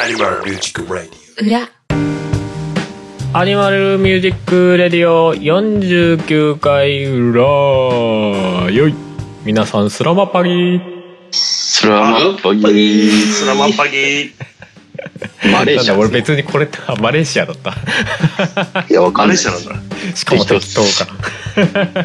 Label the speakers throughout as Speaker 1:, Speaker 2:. Speaker 1: アニマルミュージックラディ
Speaker 2: 裏
Speaker 3: アニマルミュージックレディオ49回裏よい皆さんスラマパギ
Speaker 4: スラマッパギー
Speaker 1: オ。スラマンパギー。
Speaker 4: マレーシ
Speaker 3: なんだ
Speaker 4: ア
Speaker 3: 俺別にこれってあマレーシアだった
Speaker 4: いやわ
Speaker 1: マ
Speaker 4: かん
Speaker 1: レー
Speaker 4: ない
Speaker 1: シアなんだ。
Speaker 3: しかも適当か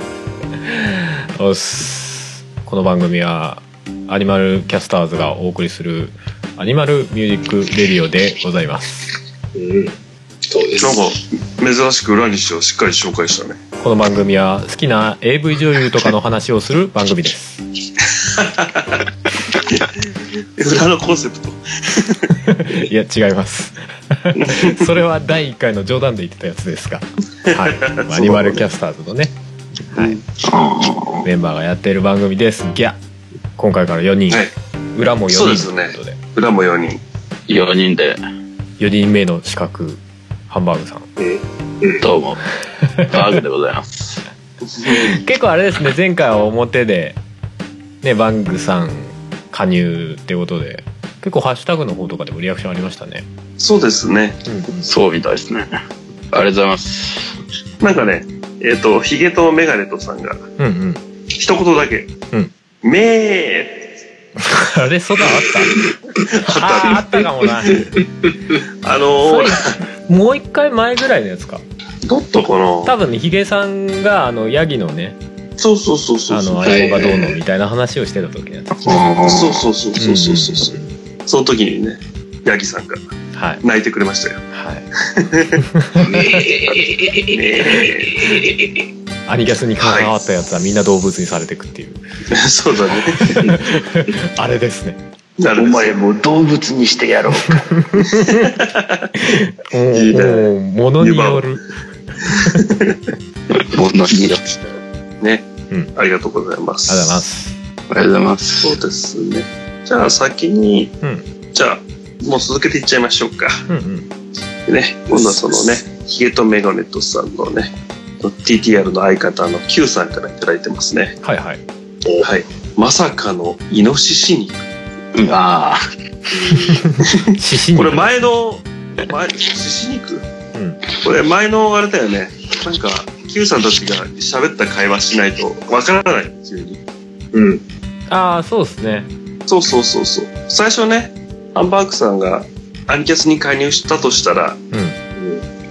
Speaker 3: おっすこの番組はアニマルキャスターズがお送りするアニマルミュージックレディオでございます
Speaker 4: うんそうで
Speaker 1: なんか、珍しく裏にしてはしっかり紹介したね。
Speaker 3: この番組は好きな AV 女優とかの話をする番組です
Speaker 1: 裏のコンセプト。
Speaker 3: いや違います それは第1回の冗談で言ってたやつですが、はい 、アニマルキャスターズのね、はい、メンバーがやっている番組ですギャ今回から4人、
Speaker 1: はい
Speaker 3: 裏も4
Speaker 1: そうで
Speaker 3: 人
Speaker 1: す
Speaker 3: とい
Speaker 1: ね
Speaker 3: うことで
Speaker 1: 裏も4人。
Speaker 4: 4人で
Speaker 3: 4人目の資格ハンバーグさん
Speaker 4: どうもバーグでございます
Speaker 3: 結構あれですね前回は表でねバングさん加入ってことで結構ハッシュタグの方とかでもリアクションありましたね
Speaker 1: そうですね。
Speaker 4: そうみたいですねありがとうございます
Speaker 1: なんかね、えっ、と、ヒゲとメガネとさんが、
Speaker 3: うんうん
Speaker 1: 一言だけ。
Speaker 3: うん。
Speaker 1: めー
Speaker 3: あれそだあ ったあーあったかもな
Speaker 1: あのー、
Speaker 3: もう一回前ぐらいのやつか
Speaker 1: ドットかな
Speaker 3: 多分ねヒゲさんがあのヤギのね
Speaker 1: そうそうそうそう
Speaker 3: あ
Speaker 1: そう。
Speaker 3: の
Speaker 4: は
Speaker 3: ア
Speaker 4: い
Speaker 3: イゴがどうのみたいな話をしてた時のやつ
Speaker 1: そうそうそうそうそうそうそう。
Speaker 3: んん
Speaker 1: その時にね、ヤギさんが
Speaker 3: うんはい
Speaker 1: 泣いてくれましたよ。
Speaker 3: はい
Speaker 1: ね
Speaker 3: アニキャスに関わったやつはみんな動物にされてくっていう
Speaker 1: え そう だね。
Speaker 3: あれですね
Speaker 1: なる
Speaker 5: お
Speaker 1: ほど。
Speaker 5: 前も動物にしてやろ
Speaker 3: お
Speaker 5: う。
Speaker 3: ー
Speaker 1: いいね
Speaker 3: おーものによる
Speaker 4: ものによって
Speaker 1: ね、
Speaker 3: うん
Speaker 1: ありがとうございます。
Speaker 3: ありがとうございます
Speaker 4: ありがとうございます
Speaker 1: そうですね。じゃあ先に、じゃあもう続けていっちゃいましょうか。
Speaker 3: うんうん
Speaker 1: ね、今度はそのね、ヒゲとメガネとさんのね、TTR の相方の Q さんからいただいてますね。
Speaker 3: はいはい
Speaker 1: はい。まさかのイノシシ肉。
Speaker 4: うんああ
Speaker 3: 獅子肉
Speaker 1: これ前の、前、シシ肉
Speaker 3: うん
Speaker 1: これ前のあれだよね。なんか、Q さんたちが喋った会話しないとわからない。急に。
Speaker 5: うん。
Speaker 3: ああそうですね
Speaker 1: そうそうそうそう。最初ね、ハンバーグさんがアニキャスに介入したとしたら、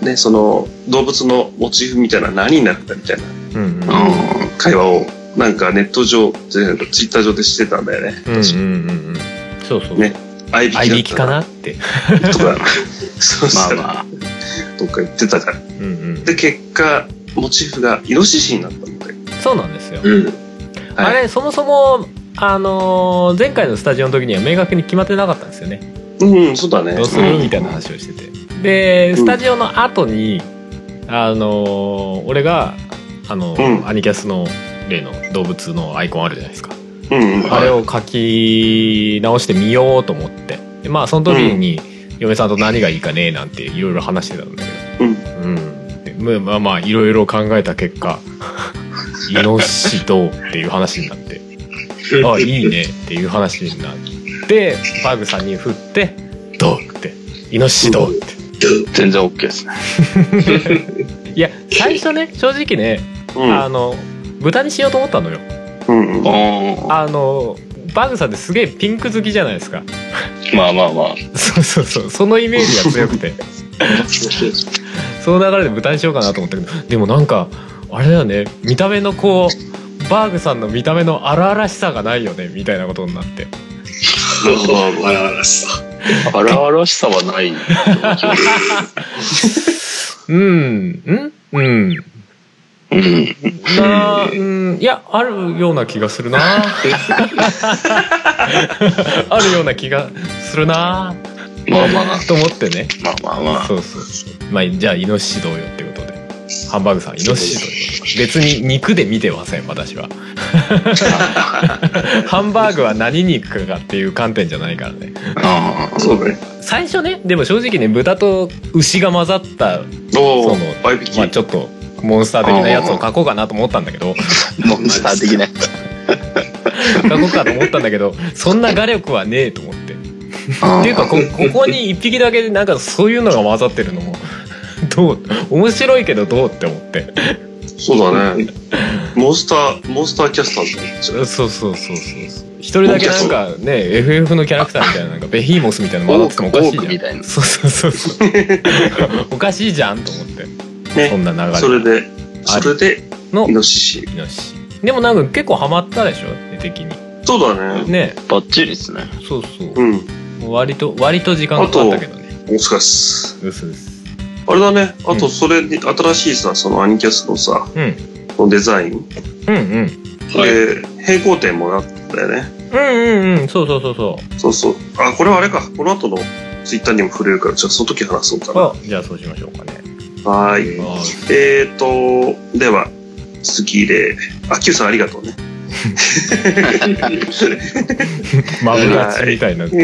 Speaker 3: う
Speaker 1: ね、その動物のモチーフみたいな何になったみたいなん
Speaker 3: うんうん
Speaker 4: う
Speaker 1: 会話をなんかネット上、ツイッター上でしてたんだよね。
Speaker 3: うんうんうんうんそうそう
Speaker 1: ね合い
Speaker 3: 合いび
Speaker 1: び
Speaker 3: き
Speaker 1: き
Speaker 3: か
Speaker 1: だっ
Speaker 3: なって
Speaker 1: たなとか、そう
Speaker 4: ま
Speaker 1: し
Speaker 4: あ
Speaker 1: たら
Speaker 4: まあ
Speaker 1: とか言ってたから。
Speaker 3: うんうん
Speaker 1: で、結果、モチーフがイノシシになったんだよ。
Speaker 3: そうなんですよ
Speaker 5: うん。
Speaker 1: はい
Speaker 3: あれそもそもあのー前回のスタジオの時には明確に決まってなかったんですよね
Speaker 1: うん、そうだね
Speaker 3: どう。するみたいな話をしててでスタジオの後にあのー俺があのー、
Speaker 1: うん
Speaker 3: アニキャスの例の動物のアイコンあるじゃないですか、
Speaker 1: うん、うん。
Speaker 3: あれを書き直してみようと思ってでまあその時に嫁さんと何がいいかねなんていろいろ話してたんだけどうん、でまあまあいろいろ考えた結 果イノシシどうっていう話になってあいいねっていう話になってバグさんに振って「どう?」って「イノシシどう?」って
Speaker 4: 全然 OK ですね
Speaker 3: いや最初ね正直ね、
Speaker 1: うん
Speaker 3: あの豚にしようと思ったのよ
Speaker 1: うんうん。
Speaker 4: おー
Speaker 3: あのバグさんってすげえピンク好きじゃないですか
Speaker 4: まあまあまあ
Speaker 3: そうそうそうそのイメージが強くてその流れで豚にしようかなと思ったけどでもなんかあれだよね見た目のこうバーグさんの見た目の荒々しさがないよねみたいなことになって
Speaker 5: 笑わらしさ。
Speaker 4: 荒々しさはない
Speaker 3: うんうんうん
Speaker 4: うん
Speaker 3: なうんいやあるような気がするなあ るような気がするな
Speaker 4: まあまあ
Speaker 3: と思ってね
Speaker 4: まあまあまあ
Speaker 3: そうそうそうまあじゃあイノシシどうよってことでハンバーグさんイノシシどうよ別に肉で見てません私は ハンバーグは何肉かっていう観点じゃないからね
Speaker 4: ああ
Speaker 1: そうだね。
Speaker 3: 最初ねでも正直ね豚と牛が混ざった、
Speaker 1: お
Speaker 3: そ
Speaker 1: ー、
Speaker 3: の
Speaker 1: 合いびき。
Speaker 3: まあ、ちょっとモンスター的なやつを書こうかなと思ったんだけど
Speaker 4: モンスター的な
Speaker 3: 書こうかと思ったんだけどそんな画力はねえと思ってっていうかこここに1匹だけなんかそういうのが混ざってるのもどう面白いけどどうって思って
Speaker 1: そうだね。モンスター、モンスターキャスターだね
Speaker 3: そうそうそうそうそう一人だけなんかね FF のキャラクターみたいななんかベヒーモスみたいなの混ざっててもおかしい
Speaker 4: オークみ
Speaker 3: じ
Speaker 4: た
Speaker 3: ゃ
Speaker 4: い
Speaker 3: ん
Speaker 4: な
Speaker 3: そうそうそうそうおかしいじゃんと思って
Speaker 1: ね。
Speaker 3: そんな流れ
Speaker 1: それで、
Speaker 3: あり
Speaker 1: それで、
Speaker 3: の
Speaker 1: イノシシ。
Speaker 3: よしでもなんか結構ハマったでしょ絵的に
Speaker 1: そうだね。
Speaker 3: ね
Speaker 4: バッチリですね。
Speaker 3: そうそう
Speaker 1: うん。
Speaker 3: 割と割と時間かかったけどね
Speaker 1: 面白いっす。
Speaker 3: うすうす
Speaker 1: あれだね。あ
Speaker 3: う
Speaker 1: と、
Speaker 3: ん
Speaker 1: それに、新しいさ、そのアニキャスのさ、
Speaker 3: うん
Speaker 1: のデザイン。
Speaker 3: うんうん
Speaker 5: はい
Speaker 1: で、平行点もなったんだよね。
Speaker 3: うんうんうんそうそうそうそう
Speaker 1: そうそう。あ、これはあれか。この後のツイッターにも触れるから、じゃあその時話そうかな。
Speaker 3: あじゃあそうしましょうかね
Speaker 1: はーい。
Speaker 3: あ
Speaker 1: えーと、では、次で、あ、Q さんありがとうね。
Speaker 3: マブダチみたいな
Speaker 1: はい
Speaker 3: に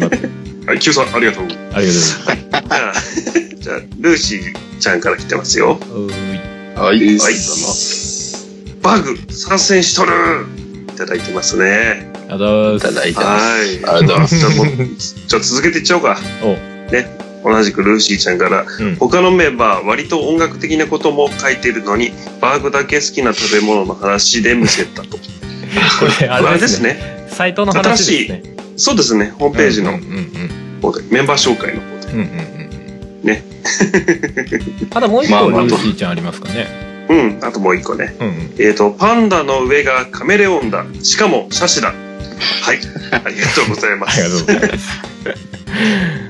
Speaker 3: なってる
Speaker 1: はい、Q さんありがとう。じ
Speaker 3: ありがとうございます
Speaker 1: ゃあ、じゃあルーシーちゃんから来てますよ。
Speaker 3: うーい
Speaker 4: はい。
Speaker 5: いいっ
Speaker 1: はい
Speaker 5: す
Speaker 1: バグ参戦しとるいただいてますね。
Speaker 3: あざー
Speaker 4: いただい
Speaker 3: す
Speaker 4: てます。
Speaker 1: はい。
Speaker 4: ありがとうございます。
Speaker 1: じゃあもう、じゃあ続けていっちゃおうか。
Speaker 3: お
Speaker 1: ね。同じくルーシーちゃんから、
Speaker 3: うん
Speaker 1: 他のメンバー割と音楽的なことも書いてるのに、バーグだけ好きな食べ物の話で見せたと。
Speaker 3: これ
Speaker 1: あ
Speaker 3: あ
Speaker 1: れ
Speaker 3: れ
Speaker 1: で
Speaker 3: ですすね
Speaker 1: ね。
Speaker 3: サイトの話ですね
Speaker 1: そうですね。ホームページ
Speaker 3: う
Speaker 1: の
Speaker 3: んうんうん
Speaker 1: 方で、メンバー紹介の方で。
Speaker 3: うんうんうん
Speaker 1: ね
Speaker 3: あともう一
Speaker 4: まあ
Speaker 3: 個ル
Speaker 4: まあ
Speaker 3: ーシーちゃんありますかね
Speaker 1: うん、あともう一個ね。
Speaker 3: うんうん
Speaker 1: えー、と、パンダの上がカメレオンだ。しかも、シャシだ。 はい。ありがとうございま
Speaker 3: ありがとう
Speaker 1: す。
Speaker 3: ございます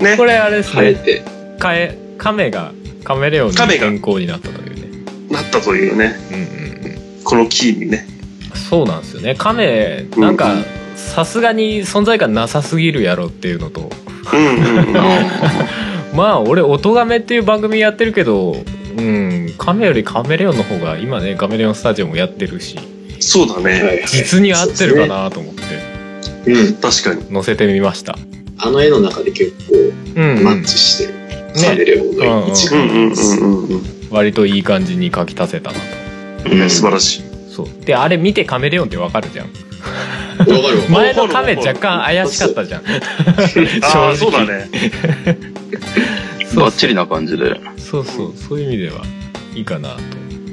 Speaker 1: ね
Speaker 3: こ。れあれです
Speaker 4: 変え
Speaker 3: ね
Speaker 4: て。
Speaker 3: カエカメがカメレオンに
Speaker 1: カメが
Speaker 3: 変更になったというね
Speaker 1: なったというね、
Speaker 3: うんうんう
Speaker 1: このキーにね。
Speaker 3: んそうなんですよねカメなんか
Speaker 1: うん
Speaker 3: さすがに存在感なさすぎるやろっていうのと
Speaker 1: うんうんう ん。
Speaker 3: まあ俺「音亀」っていう番組やってるけどうんカメよりカメレオンの方が今ねカメレオンスタジオもやってるし
Speaker 1: そうだ
Speaker 5: はいは
Speaker 1: ね。
Speaker 5: い
Speaker 3: 実に合ってるかなと思って
Speaker 5: うん
Speaker 1: 確かに。
Speaker 3: 載せてみました
Speaker 5: あの絵の中で結構
Speaker 3: うん、う
Speaker 5: マ
Speaker 3: ん
Speaker 5: ッ、チしてるカメレオンの一
Speaker 1: うん
Speaker 5: 番
Speaker 1: うんうんうんうん。
Speaker 3: 割といい感じに書き足せたな
Speaker 4: うん
Speaker 1: 素晴らしい。
Speaker 3: とそうであれ見てカメレオンってわかるじゃん
Speaker 5: わかるわ
Speaker 3: 前のカメ若干怪しかったじゃん
Speaker 1: ああ、
Speaker 3: 正
Speaker 1: そうだ
Speaker 3: 直
Speaker 1: ね。
Speaker 3: そう
Speaker 4: バッチリな感じで。
Speaker 3: そうそうそういう意味ではいいかなと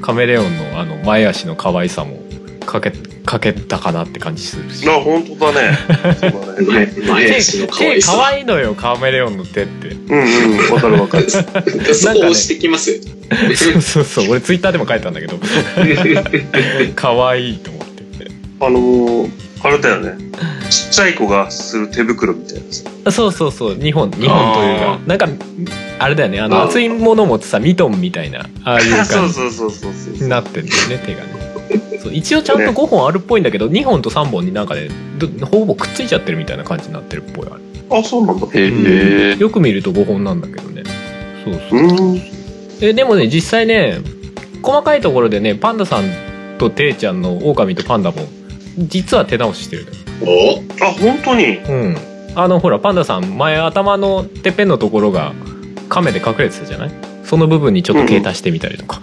Speaker 3: カメレオンのあの前足の可愛さもかけかけたかなって感じするし
Speaker 1: あ、本当だね。 そうだね。
Speaker 5: 前前足の可
Speaker 3: 手
Speaker 5: 愛さ
Speaker 3: 可愛いのよカメレオンの手って
Speaker 1: うんうん。わかるわかる。
Speaker 5: そこ押してきますよ
Speaker 3: そうそうそう俺ツイッターでも書いたんだけど 可愛いと思って
Speaker 1: あのー、あれだよね。ちっちゃい子がする手袋みたいなさ。
Speaker 3: そうそうそう2本2本というか
Speaker 4: あ
Speaker 3: なんかあれだよねあの
Speaker 5: あー
Speaker 3: 熱いもの持ってさミトンみたいなああい う
Speaker 1: そ
Speaker 3: 感
Speaker 1: う
Speaker 3: じ
Speaker 1: そうそうそうそう。
Speaker 3: になってるんだ よね手がねそう一応ちゃんと5本あるっぽいんだけど2本と3本になんかねどほぼくっついちゃってるみたいな感じになってるっぽいあれ
Speaker 1: あ、そうなんだ。
Speaker 4: へえ。
Speaker 3: よく見ると5本なんだけどねそうそう
Speaker 1: うん。
Speaker 3: えでもね実際ね細かいところでねパンダさんとテイちゃんのオオカミとパンダも実は手直ししてるのよ
Speaker 5: お
Speaker 1: あ、本当に。
Speaker 3: うん、あのほらパンダさん前頭のてっぺんのところが亀で隠れてたじゃないその部分にちょっと毛足してみたりと か、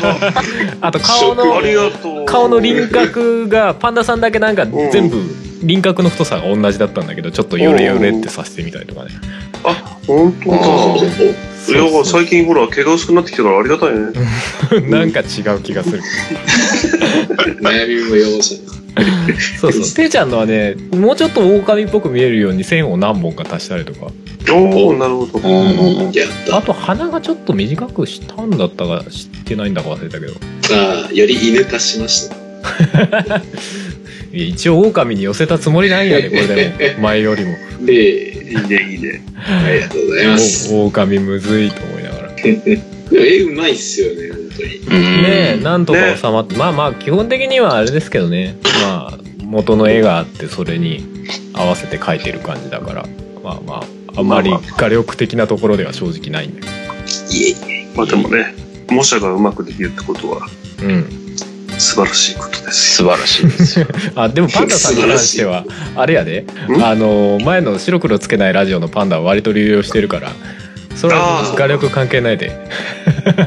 Speaker 1: あ、
Speaker 3: あと顔
Speaker 5: 食
Speaker 1: あり
Speaker 3: の
Speaker 1: がとう。
Speaker 3: 顔の輪郭がパンダさんだけなんか全部輪郭の太さが同じだったんだけどちょっとヨレヨレってさせてみたりとかね
Speaker 1: 本当
Speaker 4: あ
Speaker 1: だ。
Speaker 5: お
Speaker 1: いや最近ほら毛が薄くなってきたからありがたいね。
Speaker 3: なんか違う気がする
Speaker 5: 悩みも容赦な
Speaker 3: そうそうていちゃんのはねもうちょっと狼っぽく見えるように線を何本か足したりとか
Speaker 1: おおなるほど。
Speaker 4: うん。
Speaker 5: やっ
Speaker 3: あ
Speaker 5: た
Speaker 3: と鼻がちょっと短くしたんだったかしてないんだか忘れたけど
Speaker 5: ああより犬化しました
Speaker 3: いや一応狼に寄せたつもりなんやでこれでも前よりも
Speaker 5: で
Speaker 1: いいねいいね。
Speaker 5: ありがとうございます
Speaker 3: お狼むずいと思いながらね
Speaker 5: でも絵うまいっすよね本当に
Speaker 3: え
Speaker 4: うん。
Speaker 3: なんとか収まって、まあまあ基本的にはあれですけどねまあ元の絵があってそれに合わせて描いてる感じだからまあまああんまり画力的なところでは正直ないんだけ
Speaker 5: いえい
Speaker 1: まあでもね模写がうまくできるってことは
Speaker 3: どうん
Speaker 1: 素晴らしいことです
Speaker 4: 素晴らしいです よ。
Speaker 3: あでもパンダさんに関してはあれやで
Speaker 1: ん
Speaker 3: あの前の白黒つけないラジオのパンダは割と流用してるからそれ
Speaker 1: あ
Speaker 3: は
Speaker 1: ー
Speaker 3: 画力関係ないで
Speaker 1: よ。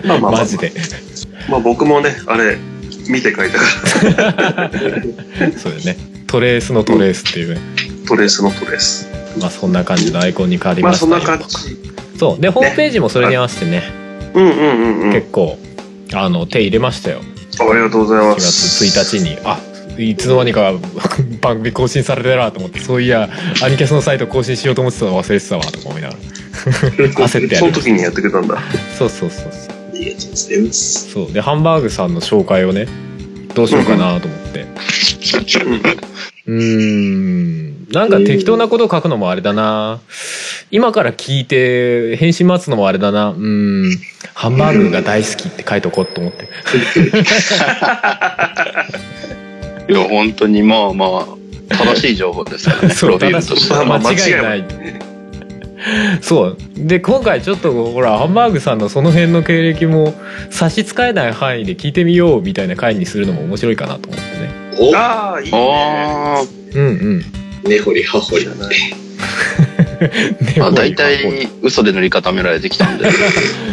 Speaker 1: まあまあまあ
Speaker 3: マジで
Speaker 1: まあ僕もねあれ見て書いたから
Speaker 3: そうだよねトレースのトレースっていうね
Speaker 1: トレースのトレース。
Speaker 3: まあそんな感じのアイコンに変わり
Speaker 1: ま
Speaker 3: ま
Speaker 1: あ
Speaker 3: し
Speaker 1: そ
Speaker 3: た
Speaker 1: ん
Speaker 3: よ、
Speaker 1: な感じ。
Speaker 3: そうでホームページもそれに合わせてね
Speaker 1: うんうんうんうん。
Speaker 3: 結構あの手入れましたよ
Speaker 1: ありがとうござい
Speaker 3: 4
Speaker 1: ます。
Speaker 3: 月1日にあいつの間にか 番組更新されてるなと思ってそういやアニキャスのサイト更新しようと思ってたの忘れてたわとか思いながら焦ってや
Speaker 1: その
Speaker 3: りまし
Speaker 1: 時にやってくれたんだ。
Speaker 3: たそうそうそうそう
Speaker 5: ありがとうございます。
Speaker 3: そうでハンバーグさんの紹介をねどうしようかなと思ってうーんなんか適当なこと書くのもあれだな今から聞いて返信待つのもあれだなうーんハンバーグが大好きって書いとこうと思って
Speaker 4: いや、本当にまあまあ、正しい情報です からね。
Speaker 3: そう
Speaker 4: プロフィールとしては
Speaker 1: まあ
Speaker 3: 間違いない。そう。で、今回ちょっと、ほら、ハンバーグさんのその辺の経歴も差し支えない範囲で聞いてみようみたいな回にするのも面白いかなと思ってね。
Speaker 5: お
Speaker 1: ああ、いいね。
Speaker 4: あ
Speaker 3: うんうん。
Speaker 5: 根掘り葉掘
Speaker 1: いいじ
Speaker 5: り
Speaker 1: ゃない
Speaker 4: ー
Speaker 3: ね
Speaker 4: まあ、大体嘘で塗り固められてきたんで。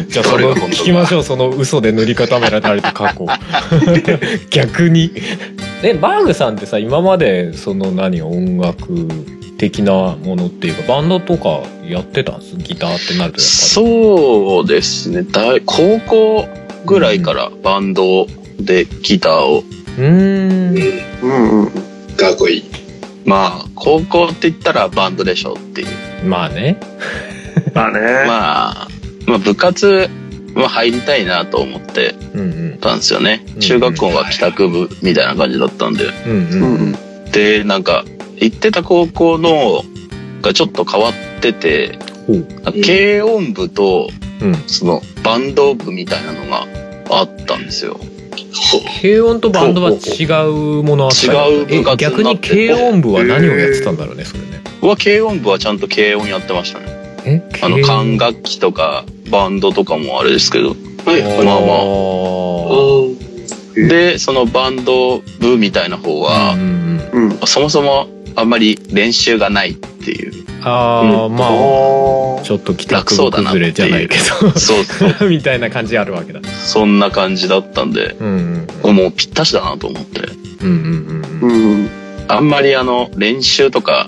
Speaker 3: じゃあ、それ
Speaker 4: ど
Speaker 3: を
Speaker 4: れが本当だ
Speaker 3: 聞きましょう。その嘘で塗り固められた過去。逆に。え、バーグさんってさ、今まで、その何、音楽的なものっていうか、バンドとかやってたんですギターってなるとやっぱ
Speaker 4: そうですね。大高校ぐらいからバンドでギターを。
Speaker 3: り。うーん。
Speaker 1: うんうん。
Speaker 5: かっこいい。
Speaker 4: まあ、高校って言ったらバンドでしょっていう。
Speaker 3: まあね。
Speaker 1: まあね。
Speaker 4: まあ、まあ、部活は入りたいなと思って
Speaker 3: うんうん。
Speaker 4: たんですよね
Speaker 3: う。ん
Speaker 4: 中学校は帰宅部みたいな感じだったんで。
Speaker 3: うん
Speaker 1: う
Speaker 3: う。
Speaker 1: んんうん。
Speaker 4: で、なんか、行ってた高校のがちょっと変わってて
Speaker 3: ほう、
Speaker 4: なんか軽音部と、
Speaker 3: うん。
Speaker 4: その、バンド部みたいなのがあったんですよ。
Speaker 5: ほ
Speaker 3: 軽音とバンドは違うもの扱い
Speaker 4: 違う部活
Speaker 3: 逆
Speaker 4: にな
Speaker 3: に
Speaker 4: って
Speaker 3: 軽音部は何をやってたんだろうねそれね
Speaker 4: 僕は軽音部はちゃんと軽音やってましたね。
Speaker 3: え
Speaker 4: あの、
Speaker 3: 軽
Speaker 4: 管楽器とか、バンドとかもあれですけど。
Speaker 5: うはい、
Speaker 3: 音
Speaker 5: はい。
Speaker 4: まあまあ
Speaker 5: あ
Speaker 3: あ
Speaker 5: ーうん
Speaker 4: で、そのバンド部みたいな方は
Speaker 3: う、んうん
Speaker 1: うん。
Speaker 4: そもそもあんまり練習がないっ ていう。
Speaker 3: ああまあ
Speaker 1: あ
Speaker 3: ちょっと帰宅部崩れじゃないけ
Speaker 4: そう、
Speaker 3: どみたいな感じあるわけだ
Speaker 4: そんな感じだったんで、
Speaker 3: うんうん
Speaker 4: もうぴったしだなと思って。
Speaker 3: うんうん
Speaker 1: う
Speaker 3: うん
Speaker 1: ん。
Speaker 4: あんまりあの、練習とか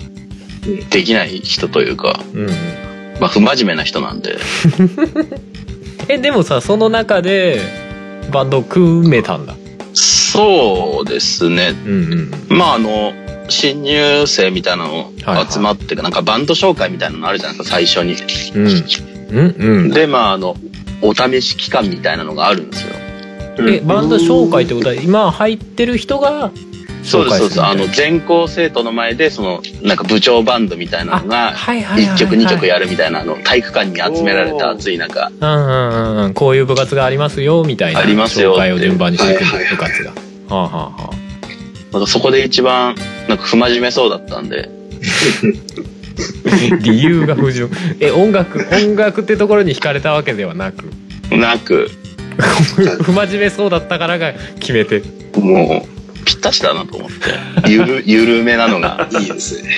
Speaker 4: できない人というか、
Speaker 3: うんうん
Speaker 4: まあ不真面目な人なんで。
Speaker 3: えでもさその中でバンドを組めたんだ
Speaker 4: そうですね。
Speaker 3: うんうんうん
Speaker 4: まああの、新入生みたいなの集まって、なんかバンド紹介みたいなのあるじゃないですか、最初に。
Speaker 3: うんうん
Speaker 4: で、まああの、お試し期間みたいなのがあるんですよ。
Speaker 3: うんえバンド紹介ってことは今入ってる人が
Speaker 4: そ
Speaker 3: 紹介
Speaker 4: うです、そう
Speaker 3: す
Speaker 4: で
Speaker 3: る
Speaker 4: す。あの、
Speaker 3: み
Speaker 4: 全校生徒の前で、その、なんか部長バンドみたいなのが、
Speaker 3: はいはいはい
Speaker 4: 1曲2曲
Speaker 3: や
Speaker 4: やるみたいな、あの、体育館に集められた暑い中、
Speaker 3: うんうんうん、こういう部活がありますよみたいな
Speaker 4: ありますよ
Speaker 3: 紹介を順番にしていく
Speaker 5: はいはいはい
Speaker 3: 部活が。はあ、はあは
Speaker 4: なんかそこで一番、なんか不真面目そうだったんで、
Speaker 3: あ、 理由が不純え音楽音楽ってところに惹かれたわけではなく
Speaker 4: なく、
Speaker 3: 不真面目そうだったからが決めて
Speaker 4: もう、ぴったしだなと思って。ゆる、 ゆるめなのが。
Speaker 5: いいですね。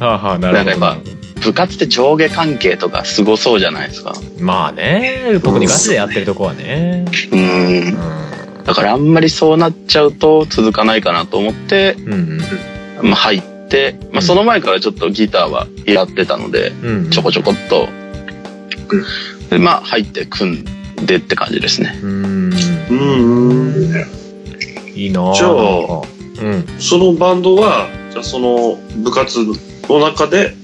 Speaker 3: はあはあなるほど
Speaker 4: なんか部活って上下関係とかすごそうじゃないですか。
Speaker 3: まあね特にガチでやってるとこはね
Speaker 4: うー。
Speaker 3: うんん
Speaker 4: だからあんまりそうなっちゃうと続かないかなと思って、
Speaker 3: うん
Speaker 4: まあ入って、まあその前からちょっとギターはやってたので、
Speaker 3: うんうん
Speaker 4: ちょこちょこっと。で、まあ入って組んでって感じですね。
Speaker 3: うん
Speaker 1: うんうん。
Speaker 3: いいなあ
Speaker 1: じゃあ
Speaker 3: なんかうん
Speaker 1: そのバンドは、じゃあその部活の中で、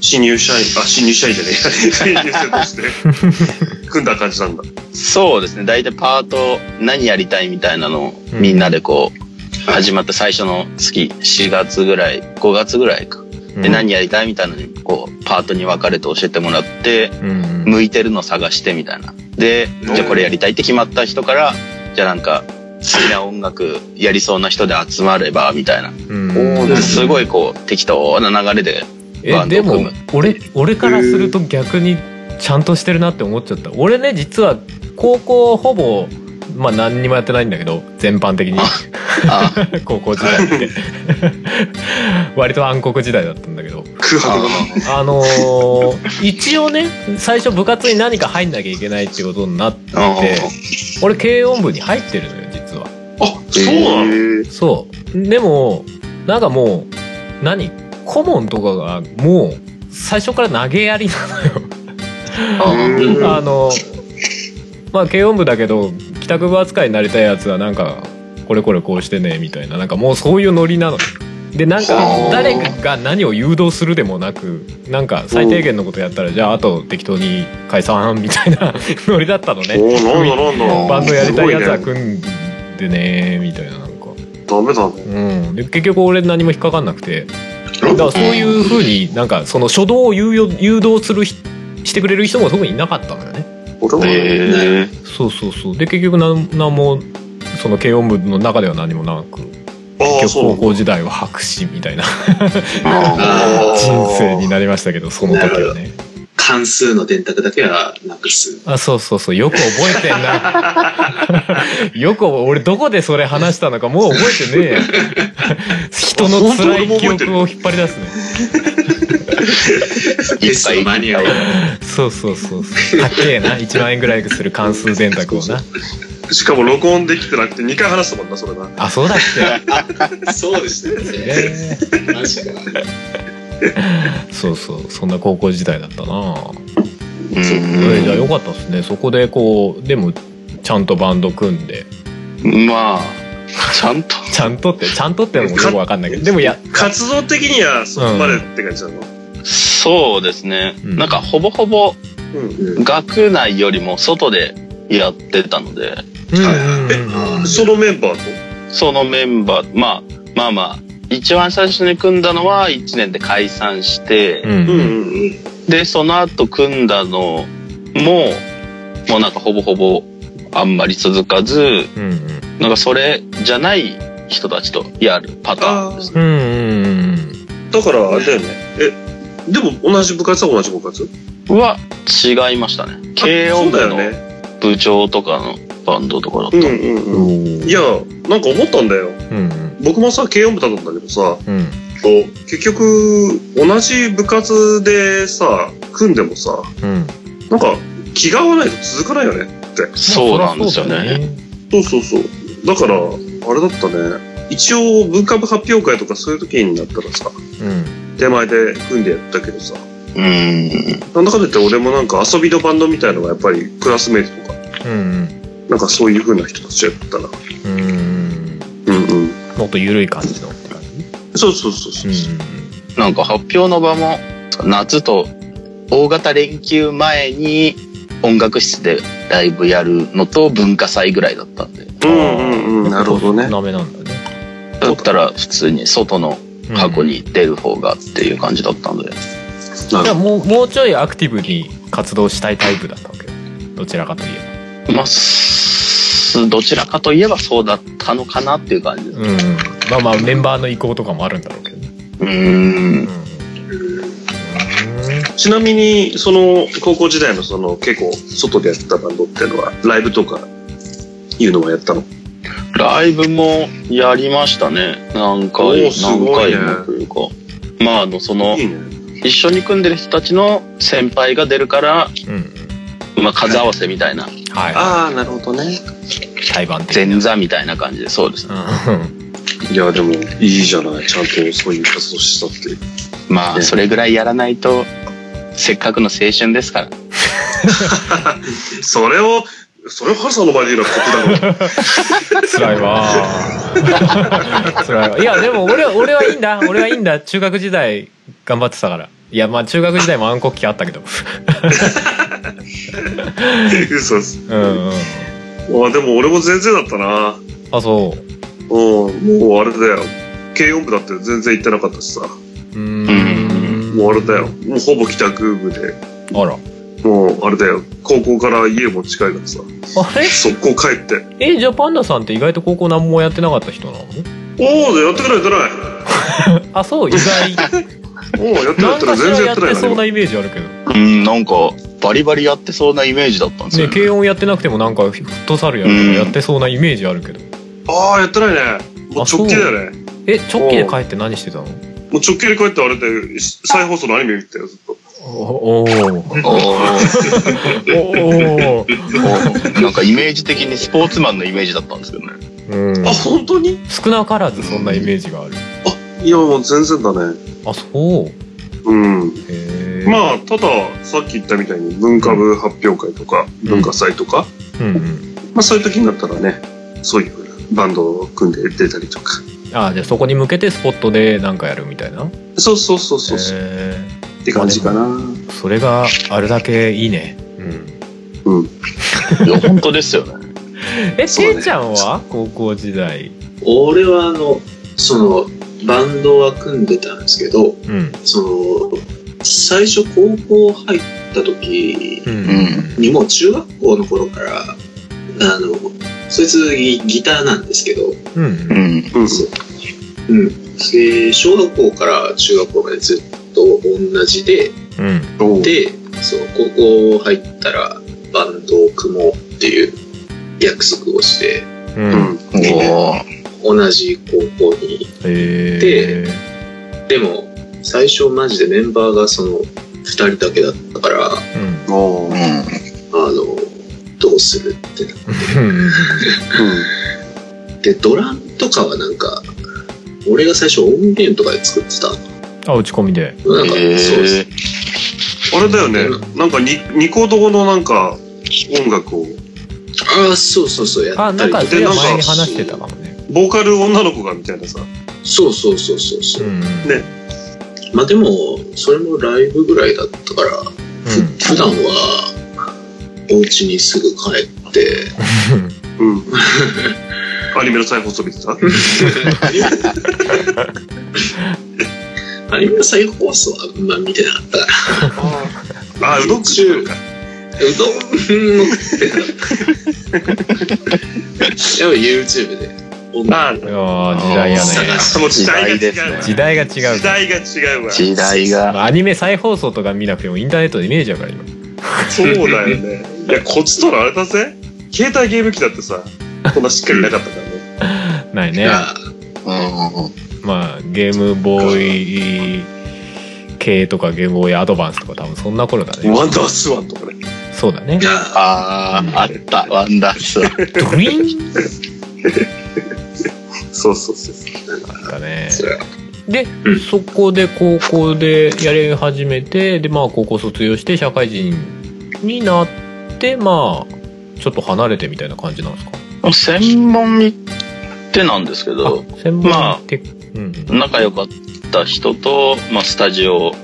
Speaker 1: 新入社員、あ、新入社員じゃねえ、新入生として、 組んだ感じなんだ。
Speaker 4: そうですね。大体パート何やりたいみたいなのをみんなでこう、始まった最初の月、4月ぐらい、5月ぐらいか。で、何やりたいみたいなのに、こう、パートに分かれて教えてもらって、
Speaker 3: うんうん
Speaker 4: 向いてるの探してみたいな。で、じゃあこれやりたいって決まった人から、じゃあなんか、好きな音楽やりそうな人で集まれば、みたいな。
Speaker 3: うん
Speaker 1: おー
Speaker 4: すごいこう、適当な流れで。
Speaker 3: え
Speaker 4: バンド
Speaker 3: で
Speaker 4: を組
Speaker 3: も
Speaker 4: む
Speaker 3: 俺俺からすると逆にちゃんとしてるなって思っちゃった俺ね実は高校ほぼまあ何にもやってないんだけど全般的に
Speaker 4: あ
Speaker 3: 高校時代って 割と暗黒時代だったんだけど
Speaker 1: 空白の。
Speaker 4: あ、
Speaker 3: あのー一応ね最初部活に何か入んなきゃいけないってことになって俺軽音部に入ってるのよ実は
Speaker 1: あ、そうなの
Speaker 3: そうでもなんかもう何顧問とかがもう最初から投げやりなのよ。
Speaker 1: うん
Speaker 3: あのまあ軽音部だけど帰宅部扱いになりたいやつはなんかこれこれこうしてねみたいななんかもうそういうノリなのよでなんか
Speaker 5: はあ
Speaker 3: 誰が何を誘導するでもなくなんか最低限のことやったらじゃああと適当に解散みたいな ノリだったのね
Speaker 1: おーなんだなんだ。
Speaker 3: バンドやりたいやつは
Speaker 1: すごいね
Speaker 3: 組んでねみたいななんか
Speaker 1: ダメだね。
Speaker 3: うんで結局俺何も引っかかんなくてだからそういうふうになんかその初動を誘導誘導するひしてくれる人も特にいなかったのよね
Speaker 1: 俺も
Speaker 5: え
Speaker 3: そうそうそうで結局なんなんもその軽音部の中では何もなく
Speaker 1: ああ、
Speaker 3: 結
Speaker 1: そうな
Speaker 3: 局
Speaker 1: ん
Speaker 3: 高
Speaker 1: だ。
Speaker 3: 校時代は白紙みたいな
Speaker 5: あー
Speaker 3: 人生になりましたけどその時はね
Speaker 5: 関数の電卓だけはなくす。
Speaker 3: あそうそうそうよく覚えてん なよく俺どこでそれ話したのかもう覚えてねえや人の辛い記憶を引っ張り出すね
Speaker 5: テストのマニュアル。
Speaker 3: そうそうそうそう高えな1万円ぐらいする関数電卓をな
Speaker 1: しかも録音できてなくて2回話したもんな、それな。
Speaker 3: あそうだっけ、
Speaker 5: そうでしたよね。
Speaker 3: ね
Speaker 5: マジか。
Speaker 3: そうそうそんな高校時代だったな
Speaker 4: うん
Speaker 3: えじゃあよかったですねそこでこうでもちゃんとバンド組んで
Speaker 4: まあ、ちゃんと。
Speaker 3: ちゃんとってちゃんとってのもよくわかんないけどでもいや
Speaker 1: 活動的にはそこまでって感じなの。
Speaker 4: そうですね。
Speaker 3: うん
Speaker 4: なんか、ほぼほぼ、
Speaker 1: うん。
Speaker 5: うん
Speaker 4: 学内よりも外でやってたので、
Speaker 3: うんんうん
Speaker 1: そのメンバーと。
Speaker 4: そのメンバー、まあ、まあまあ、一番最初に組んだのは1年で解散して、
Speaker 3: うん
Speaker 1: う
Speaker 3: うんん
Speaker 1: うんうん。
Speaker 4: で、その後組んだのも、もうなんかほぼほぼあんまり続かず、
Speaker 3: うんうん
Speaker 4: なんかそれじゃない人たちとやるパターンですね。
Speaker 3: うんうんうん
Speaker 1: だから、あれだよね。え、でも同じ部活は同じ部活
Speaker 4: は違いましたね。軽音
Speaker 1: あ
Speaker 4: 部
Speaker 1: そうだよ
Speaker 4: の
Speaker 1: ね。
Speaker 4: 部長とかのバンドとかだった。
Speaker 1: うん
Speaker 4: う
Speaker 1: うんうん。
Speaker 3: うん
Speaker 1: いや、なんか思ったんだよ。
Speaker 3: うん
Speaker 1: 僕もさ、軽音部だったんだけどさ、
Speaker 3: うん
Speaker 1: 結局、同じ部活でさ、組んでもさ、
Speaker 3: うん
Speaker 1: なんか気が合わないと続かないよね。
Speaker 4: そうなんですよね。
Speaker 1: そうそうそう。だから、あれだったね。一応、文化部発表会とかそういう時になったらさ、
Speaker 3: うん
Speaker 1: 手前で組んでやったけどさ、
Speaker 4: ん。
Speaker 1: なんだかんだ言って俺もなんか遊びのバンドみたいのがやっぱりクラスメイトとか、
Speaker 3: うん
Speaker 1: なんかそういう風な人たちやったな。
Speaker 3: うんうん
Speaker 1: うんうん。
Speaker 3: もっと緩い感じの感
Speaker 1: そうそうそうそ
Speaker 3: じ
Speaker 1: う。
Speaker 4: なんか発表の場も、夏と大型連休前に音楽室でライブやるのと文化祭ぐらいだったんで。
Speaker 1: うんうんうん。なるほどね。
Speaker 3: ダメなんだね
Speaker 4: だったら普通に外の
Speaker 3: うん
Speaker 4: 箱に出る方がっていう感じだったんで。
Speaker 1: な
Speaker 3: じ
Speaker 1: る
Speaker 3: ゃ
Speaker 1: ほ
Speaker 3: あもうもうちょいアクティブに活動したいタイプだったわけどちらかといえ
Speaker 4: まあ、すどちらかといえばそうだったのかなっていう感じ。
Speaker 3: ばうんうんまあまあメンバーの意向とかもあるんだろうけどね
Speaker 4: うー
Speaker 3: うん
Speaker 4: ん。
Speaker 1: どちなみに、その、高校時代のその、結構、外でやってたバンドっていうのは、ライブとか、いうのはやったの
Speaker 4: ライブもやりましたね。何
Speaker 1: おー
Speaker 4: 回、
Speaker 1: す
Speaker 4: 何
Speaker 1: ごい
Speaker 4: 回
Speaker 1: ね
Speaker 4: もというか。まあ、あの、その
Speaker 1: い、いね。
Speaker 4: 一緒に組んでる人たちの先輩が出るから、
Speaker 3: うんうん
Speaker 4: まあ、数合わせみたいな、
Speaker 3: はい
Speaker 1: ああ、なるほどね。
Speaker 3: 裁判的
Speaker 4: 前座みたいな感じで、そうですね。
Speaker 3: うん
Speaker 1: いや、でも、いいじゃない。ちゃんとそういう活動してたって。
Speaker 4: ま
Speaker 1: ね
Speaker 4: あ、それぐらいやらないと、せっかくの青春ですから。
Speaker 1: それを、それをハルさんの前で言うのは酷だろ。
Speaker 3: 辛いわー辛いわいやでも俺は俺はいいんだ俺はいいんだ中学時代頑張ってたからいやまあ中学時代も暗黒期あったけど
Speaker 1: 嘘です。
Speaker 3: うん、うん、
Speaker 1: あでも俺も全然だったな。
Speaker 3: あそう
Speaker 1: うん、もうあれだよ。軽音部だって全然行ってなかったしさ。
Speaker 3: うーん
Speaker 1: もうあれだよ。もうほぼ帰宅部で。
Speaker 3: あら
Speaker 1: もうあれだよ。高校から家も近いからさ。
Speaker 3: あれ
Speaker 1: 速攻帰って。
Speaker 3: えじゃあパンダさんって意外と高校何もやってなかった人なの
Speaker 1: おおやってないやってない。
Speaker 3: あそう意外
Speaker 1: おおやってないや
Speaker 3: 何
Speaker 1: ってな
Speaker 3: か
Speaker 1: い。
Speaker 3: し
Speaker 1: 全然
Speaker 3: ら
Speaker 1: や
Speaker 3: や
Speaker 1: っ
Speaker 3: って
Speaker 1: ない
Speaker 3: て
Speaker 1: な
Speaker 3: そうなイメージあるけど
Speaker 4: うん、なんか、バリバリやってそうなイメージだったんですよ
Speaker 3: ね、軽音やってなくてもなんかフットサルやるとかやってそうなイメージあるけど、
Speaker 1: ああ、やってないね。もう
Speaker 3: あそう
Speaker 1: 直帰だよね。
Speaker 3: え直帰で帰って何してたの
Speaker 1: もう直帰で帰ってあれで再放送のアニメ見てたよ、ずっと。
Speaker 3: おおー
Speaker 4: おー
Speaker 3: おお
Speaker 4: おなんかイメージ的にスポーツマンのイメージだったんですけどね。
Speaker 3: うん
Speaker 1: あ、本当に
Speaker 3: 少なからずそんなイメージがある
Speaker 1: いや、もう全然だね。
Speaker 3: あそう
Speaker 1: うん。
Speaker 3: へえあ
Speaker 1: まあ、ただ、さっき言ったみたいに文化部発表会とか、
Speaker 3: ん
Speaker 1: 文化祭とか、
Speaker 3: うんうん
Speaker 1: まあそういう時になったらね、そういうバンドを組んで出たりとか。
Speaker 3: あじゃあそこに向けてスポットでなんかやるみたいな
Speaker 1: そうそうそうそうそう、
Speaker 3: へえ
Speaker 1: って感じかな。
Speaker 3: それがあれだけいいねうん
Speaker 4: いや本当ですよね。
Speaker 3: え
Speaker 1: そうだね
Speaker 3: てんちゃんは高校時代
Speaker 5: 俺はあの、その、バンドは組んでたんですけど、
Speaker 3: うん
Speaker 5: その、最初高校入った時
Speaker 3: うん
Speaker 5: にもう中学校の頃から、あの、そいつギギターなんですけど、
Speaker 3: うんう
Speaker 4: う
Speaker 3: ん
Speaker 4: ん。
Speaker 1: うん。
Speaker 5: そううん。で、小学校から中学校までずっと同じで、
Speaker 3: うん
Speaker 1: おう
Speaker 5: で、そう、高校入ったらバンドを組もうっていう約束をして、
Speaker 3: う
Speaker 1: うんん。
Speaker 4: おー
Speaker 5: 同じ高校に。
Speaker 3: へえ
Speaker 5: ででも、最初マジでメンバーがその2人だけだったから、あ
Speaker 3: うん
Speaker 1: おうう
Speaker 4: う
Speaker 1: ん。
Speaker 4: ん。
Speaker 5: の、どうするってなって、ドラムとかはなんか、俺が最初音源とかで作ってたの
Speaker 3: あ打ち込みで
Speaker 5: なんか、
Speaker 4: へー
Speaker 5: そうです
Speaker 1: あれだよね、なんかニニコ動のなんか音楽を、
Speaker 5: ああ、そうそうそう、や
Speaker 3: あ
Speaker 5: った
Speaker 3: なんか
Speaker 5: りと
Speaker 3: そ
Speaker 1: で
Speaker 3: れは
Speaker 1: なんか
Speaker 3: 前に話してたかもね
Speaker 1: ボーカル女の子がみたいなさ。
Speaker 5: そうそうそうそうそうう。
Speaker 3: ん
Speaker 1: ね
Speaker 5: まあでも、それもライブぐらいだったから、
Speaker 3: うん
Speaker 5: 普段は、お家にすぐ帰 って、
Speaker 1: うん。アニメの再放送見てた
Speaker 5: アニメの再放送はあんま見てなかったか
Speaker 1: あ、うどん中か。
Speaker 5: ら、うどんを食 ってなかった。やっぱ YouTube で、音楽
Speaker 1: あ、
Speaker 3: いやー時代やね
Speaker 5: 探し
Speaker 1: あもう時代が違う。
Speaker 4: 時代で
Speaker 3: 時
Speaker 4: すね
Speaker 3: 代が違う
Speaker 1: 時代が違うわ。
Speaker 4: 時代
Speaker 3: ま
Speaker 4: が。
Speaker 3: あアニメ再放送とか見なくてもインターネットで見れちゃうから今
Speaker 1: そうだよ ね。いや、こっちとらあれだぜ。携帯ゲーム機だってさ、こんなしっかりなかったからね。
Speaker 3: ないね
Speaker 5: が、
Speaker 4: うん。
Speaker 3: まあゲームボーイ系とかゲームボーイアドバンスとか多分そんな頃だね
Speaker 1: ワンダースワンとかね。
Speaker 3: そうだね
Speaker 5: いや
Speaker 4: ああ、あった。ワンダース。
Speaker 3: ドリーン
Speaker 1: そうそうそうそう。
Speaker 3: だね
Speaker 5: それは
Speaker 3: で、
Speaker 5: うん
Speaker 3: そこで高校でやり始めてでまあ高校卒業して社会人になってまあちょっと離れてみたいな感じなんですか
Speaker 4: 専門にってなんですけど、
Speaker 3: あ専門的、うんうん
Speaker 4: 仲良かった人と、まあ、スタジオ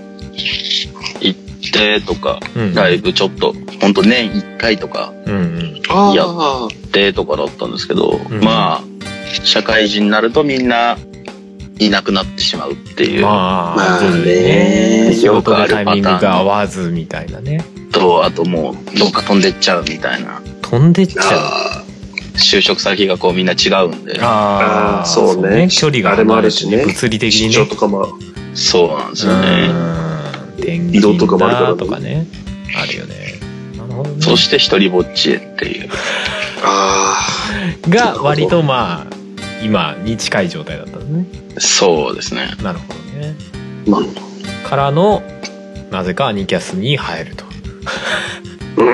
Speaker 4: 行ってとか、
Speaker 3: うん
Speaker 4: ライブちょっと、ほんと年1回とか
Speaker 3: うんうん
Speaker 5: あー
Speaker 4: やでとかだったんですけど、
Speaker 3: うん
Speaker 4: まあ、社会人になるとみんないなくなってしまうっていう。
Speaker 3: まあ、
Speaker 5: まあね
Speaker 3: 仕事の
Speaker 4: よく
Speaker 3: タイ
Speaker 4: あるパターン
Speaker 3: ミングが合わずみたいなね
Speaker 4: と、あともう、どっか飛んでっちゃうみたいな。
Speaker 3: 飛んでっちゃう
Speaker 5: あ
Speaker 4: 就職先がこうみんな違うんで。
Speaker 3: あ
Speaker 1: あー
Speaker 3: ー
Speaker 1: そうね
Speaker 3: 距離が
Speaker 1: あれもあるしね
Speaker 3: 離れて物理的に
Speaker 1: 出
Speaker 3: ね
Speaker 1: 張とかも
Speaker 4: そうなんですよね。
Speaker 3: うん
Speaker 1: 移動とかもあるからね
Speaker 3: 転勤だとかねあるよねなるほどね
Speaker 4: そして一人ぼっちへっていう。
Speaker 1: あ
Speaker 3: が割とまあ今に近い状態だったのね
Speaker 4: そうですね。
Speaker 3: なるほどね
Speaker 1: あ、まあ、
Speaker 3: からのなぜかアニキャスに入ると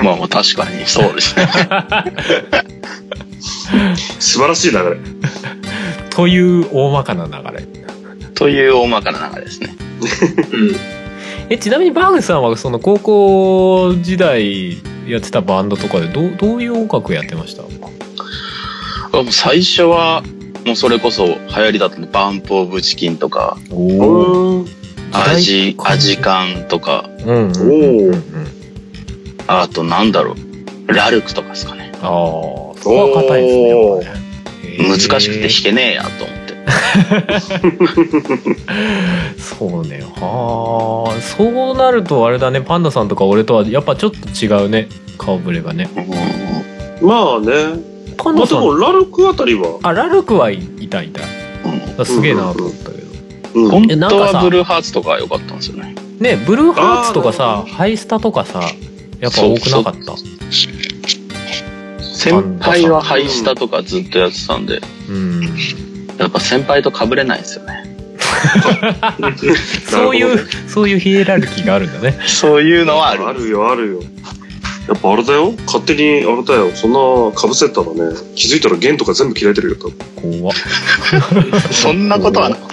Speaker 4: まあまあ確かにそうです ね。
Speaker 1: 素晴らしい流れ。
Speaker 3: という大まかな流れ
Speaker 4: という大まかな流れですね。
Speaker 5: ーうん。
Speaker 3: えちなみにバーグさんはその高校時代やってたバンドとかでどうどういう音楽やってました
Speaker 4: もう最初は、もうそれこそ流行りだったんで、バンプオブチキンとか、
Speaker 3: おお
Speaker 1: うん
Speaker 4: アジ、
Speaker 3: 時代
Speaker 4: アジカンとか、
Speaker 3: うんうんうんうん
Speaker 4: あとなんだろう、ラルクとかですかね。
Speaker 3: ああそこは硬いですね
Speaker 1: おー
Speaker 3: やっぱねへー
Speaker 4: 難しくて弾けねえやと思って。
Speaker 3: そうねはあそうなるとあれだねパンダさんとか俺とはやっぱちょっと違うね顔ぶれがね
Speaker 4: う、
Speaker 1: まあね。
Speaker 3: パン
Speaker 1: ま
Speaker 3: ダ
Speaker 1: あで
Speaker 3: さ
Speaker 1: も、
Speaker 3: ん
Speaker 1: ラルクあたりは。
Speaker 3: あラルクはいいたいただからすげえなと思ったけど
Speaker 1: うんん。
Speaker 4: 本
Speaker 3: えなん
Speaker 4: 当
Speaker 3: かさ
Speaker 4: はブルーハーツとか良かったんですよね。
Speaker 3: ねブルーハーツとか
Speaker 1: あ
Speaker 3: さ
Speaker 1: ー
Speaker 3: ハイスタとかさやっぱ多くなかったう
Speaker 4: 先輩はハイスタとかずっとやってたんで、
Speaker 3: ん
Speaker 4: やっぱ先輩と被れないんですよね。
Speaker 3: そういう、そういうヒエラルキーがあるんだ ね
Speaker 4: そういうのはあ
Speaker 1: あ
Speaker 4: る。
Speaker 1: るよ、あるよ。やっぱあれだよ。勝手に、あれだよ。そんな、かぶせたらね、気づいたら弦とか全部切られてるよ、多分。
Speaker 3: 怖っ
Speaker 4: そんなことはなかっ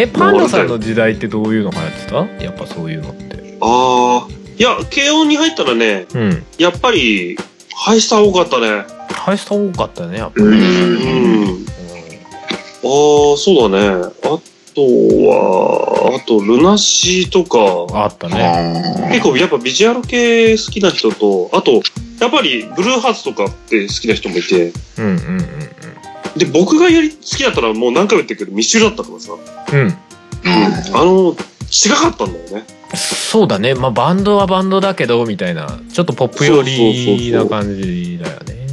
Speaker 3: えパンダさんの時代ってどういうの流行ってたやっぱそういうのって
Speaker 1: ああ。いや、慶応に入ったらね、
Speaker 3: うん
Speaker 1: やっぱり、ハイスター多かったね。
Speaker 3: ハイスタ多かったねやっぱ
Speaker 5: う。
Speaker 4: うん
Speaker 1: うん。ああ、そうだね。あとは、あと、ルナシーとか、
Speaker 3: あったね
Speaker 1: 結構やっぱビジュアル系好きな人と、あと、やっぱりブルーハーツとかって好きな人もいて、
Speaker 3: うんうんうん
Speaker 1: で、僕がやり好きだったらもう何回も言ってるけど、ミシュルだったからさ、
Speaker 3: うんうん
Speaker 1: あの、違かったんだよね。
Speaker 3: そうだねまあバンドはバンドだけどみたいなちょっとポップ寄りな感じだよね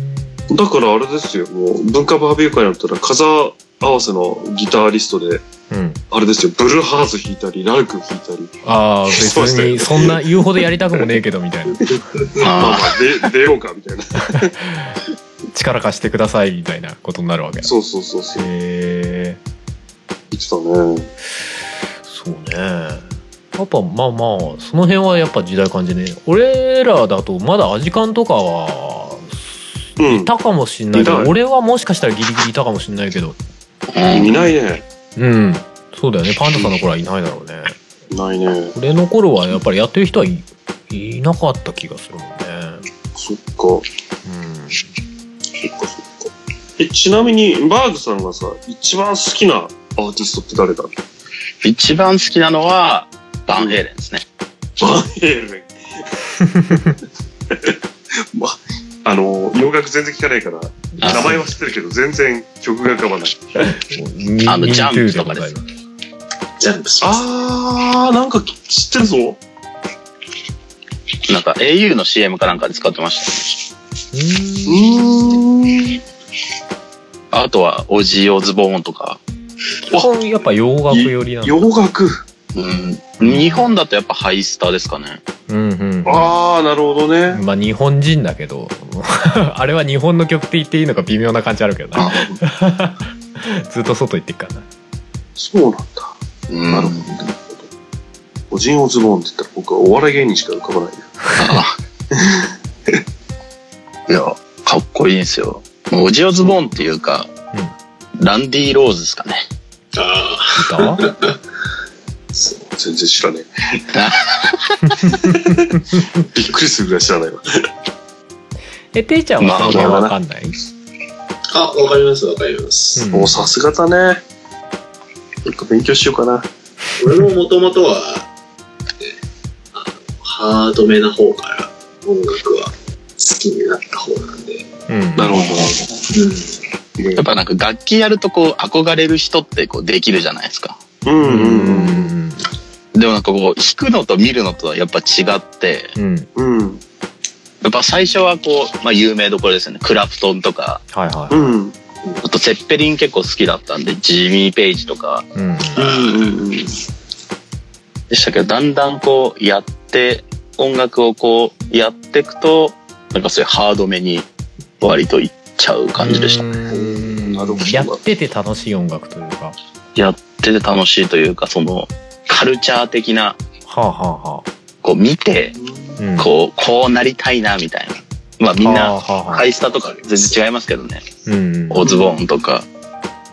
Speaker 1: だからあれですよ、もう文化バーベー会だったら、風合わせのギタリストで、
Speaker 3: うん
Speaker 1: あれですよ、ブルーハーツ弾いたり、ラルク弾いたり、
Speaker 3: ああ別
Speaker 1: そうで
Speaker 3: に
Speaker 1: すね
Speaker 3: そんな言うほどやりたくもねえけどみたいな
Speaker 1: まあま
Speaker 4: あ
Speaker 1: あ、で出ようかみたいな。
Speaker 3: 力貸してくださいみたいなことになるわけだ
Speaker 1: そうそうそうそう、
Speaker 3: へえ
Speaker 1: 言ってたね。
Speaker 3: そうねやっぱまあまあその辺はやっぱ時代感じね俺らだとまだアジカンとかは
Speaker 1: うん
Speaker 3: いたかもしんないけど
Speaker 1: いた
Speaker 3: 俺はもしかしたらギリギリいたかもしんないけど
Speaker 1: いないね。
Speaker 3: うんそうだよねパンダさんの頃はいないだろうね
Speaker 1: ないね。
Speaker 3: 俺の頃はやっぱりやってる人はい、いなかった気がするもんね
Speaker 1: そっか。そっかそっか。え、ちなみに、バーグさんがさ、一番好きなアーティストって誰だ
Speaker 4: 一番好きなのは、バンヘイレンですね。
Speaker 1: バンヘイレン。 ま、あの、洋楽全然聞かないから、
Speaker 4: あ
Speaker 1: 名前は知ってるけど、全然曲が浮かばない。
Speaker 3: うん
Speaker 4: あの
Speaker 3: ミー
Speaker 4: ジャンプ
Speaker 3: Me Too ござい
Speaker 4: と
Speaker 3: ます
Speaker 5: ジャンプします。
Speaker 1: あー、なんか知ってるぞ。
Speaker 4: なんか au の CM かなんかで使ってました。
Speaker 1: うーん。
Speaker 4: あとは、オジー・オズボーンとか。
Speaker 3: 基本やっぱ洋楽寄りなんだ
Speaker 1: 洋楽。
Speaker 4: うん。日本だとやっぱハイスターですかね。
Speaker 3: うんうん
Speaker 1: あー、なるほどね。
Speaker 3: まあ日本人だけど あれは日本の曲って言っていいのか微妙な感じあるけどな ずっと外行ってっからな
Speaker 1: そうなんだ。
Speaker 4: うん
Speaker 1: なるほど。オジンオズボーンって言ったら僕はお笑い芸人しか浮かばないね。
Speaker 4: いや、かっこいいんですよ。オジオズボーンっていうか、ランディ・ローズですかね。
Speaker 5: あ
Speaker 3: 歌は
Speaker 1: 全然知らね え。びっくりするぐらい知らないわ。
Speaker 3: えていちゃんはその辺わかんない、
Speaker 5: あ。あ、わかります、わかります。
Speaker 3: うん
Speaker 1: もうさすがだね。なんか勉強しようかな。
Speaker 5: 俺ももともとは、ねあのハードめな方から音楽は好きになった方なんで。
Speaker 3: うん
Speaker 1: なるほ
Speaker 4: やっぱなんか楽器やるとこう憧れる人ってこうできるじゃないですか。
Speaker 1: ど。うん
Speaker 3: う
Speaker 1: う
Speaker 3: ん
Speaker 1: んうん。
Speaker 4: でもなんかこう弾くのと見るのとはやっぱ違って、
Speaker 3: うんうん
Speaker 1: うん。
Speaker 4: やっぱ最初はこう、まあ有名どころですよね。クラプトンとか、
Speaker 3: はいは
Speaker 1: うん。うん
Speaker 4: あとセッペリン結構好きだったんで、ジミー・ペイジとか
Speaker 3: い、うん、
Speaker 1: うんうん。
Speaker 4: でしたけど、だんだんこうやって、音楽をこうやっていくと、なんかそういうハードめに割といっちゃう感じでした。
Speaker 3: うん
Speaker 1: なるほど
Speaker 3: やってて楽しい音楽というかは
Speaker 4: やってて楽しいというか、その、カルチャー的な、
Speaker 3: あはあはあ
Speaker 4: こう見て、
Speaker 3: うん
Speaker 4: こう、こうなりたいな、みたいな。まあみん
Speaker 3: はあ
Speaker 4: な、
Speaker 3: はあはあ
Speaker 4: ハイスタとか全然違いますけどね。
Speaker 3: うん
Speaker 4: オズボーンとか。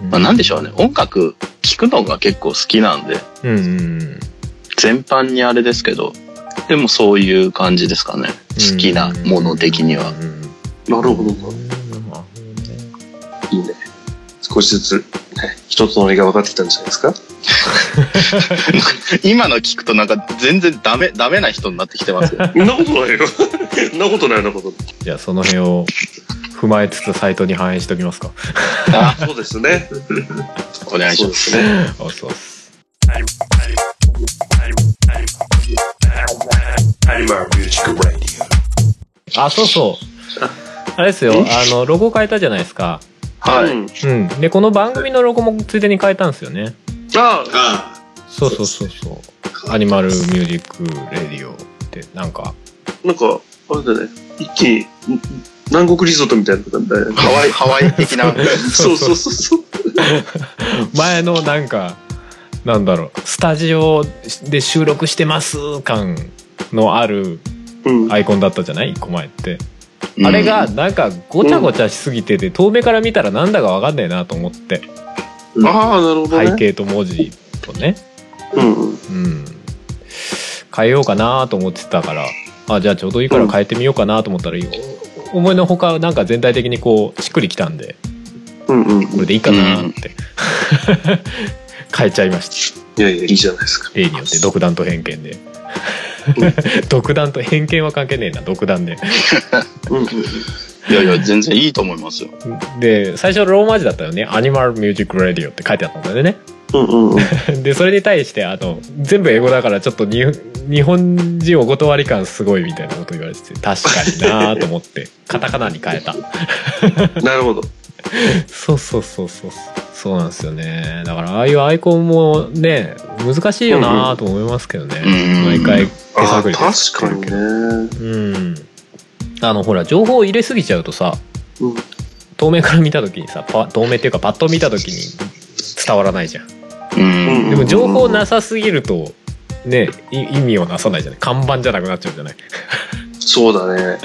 Speaker 3: うん
Speaker 4: まあなんでしょうね。音楽聴くのが結構好きなんで、
Speaker 3: うんうん
Speaker 4: 全般にあれですけど、でもそういう感じですかね。好きなもの的には。
Speaker 3: うんうん
Speaker 1: なるほど。
Speaker 3: うんなるほどね
Speaker 1: いいね。少しずつ、ね人となりが分かってきたんじゃないですか。
Speaker 4: 今の聞くとなんか全然ダメ、ダメな人になってきてます よ。
Speaker 1: んなことないよ。んなことないなこと。
Speaker 3: じゃあその辺を踏まえつつサイトに反映しておきますか
Speaker 1: あ、そうですね。
Speaker 4: お願いし
Speaker 1: そう
Speaker 4: ま。
Speaker 1: ですすね。
Speaker 3: あそうあそうそうあれですよあのロゴ変えたじゃないですか
Speaker 4: はい
Speaker 1: うん。
Speaker 3: うんでこの番組のロゴもついでに変えたんですよね
Speaker 1: あ、
Speaker 5: あ
Speaker 3: そうそうそうそうアニマルミュージックレディオってなんか
Speaker 1: なんか、あれだね。一気に、南国リゾートみたいなことなんだよね。
Speaker 4: ハワイ、ハワイ的な。
Speaker 1: そうそうそうそう。
Speaker 3: 前のなんかなんだろうスタジオで収録してます感のある
Speaker 1: うん。
Speaker 3: アイコンだったじゃない1個前ってあれがなんかごちゃごちゃしすぎてて遠目から見たらなんだかわかんねえなと思って
Speaker 5: うん
Speaker 1: ああ、なるほどね。
Speaker 3: 背景と文字とね、
Speaker 1: うんうん。
Speaker 3: うん、変えようかなと思ってたからあじゃあちょうどいいから変えてみようかなと思ったら、思いのほかなんか全体的にこうしっくりきたんで
Speaker 1: うんうん。い
Speaker 3: これでいいかなって、 変えちゃいました
Speaker 1: やいや、いいじゃん。
Speaker 5: ゃないですか。
Speaker 3: 例によって独断と偏見で 独断と偏見は関係ねえな独断で
Speaker 1: うんうん。
Speaker 4: いやいや、全然いいと思いますよ。
Speaker 3: で最初ローマ字だったよね「アニマル・ミュージック・ラディオ」って書いてあったんだよね
Speaker 1: うんうん。
Speaker 3: でそれに対してあの全部英語だからちょっとに日本人お断り感すごいみたいなこと言われてて確かになーと思って カタカナに変えた
Speaker 1: なるほど。
Speaker 3: そうそうそうそうそうなんですよねだからああいうアイコンもね難しいよなーと思いますけどね、
Speaker 4: うん
Speaker 3: 毎回手
Speaker 1: ああ、
Speaker 3: 探り
Speaker 1: 確
Speaker 3: で作
Speaker 1: か
Speaker 3: ってる
Speaker 1: に
Speaker 3: け
Speaker 1: ね
Speaker 3: ど。うんあのほら情報を入れすぎちゃうとさ
Speaker 1: うん
Speaker 3: 遠目から見た時にさパ遠目っていうかパッと見た時に伝わらないじゃん
Speaker 4: うん。
Speaker 3: でも情報なさすぎるとねい意味をなさないじゃない看板じゃなくなっちゃうじゃない
Speaker 1: そうだね。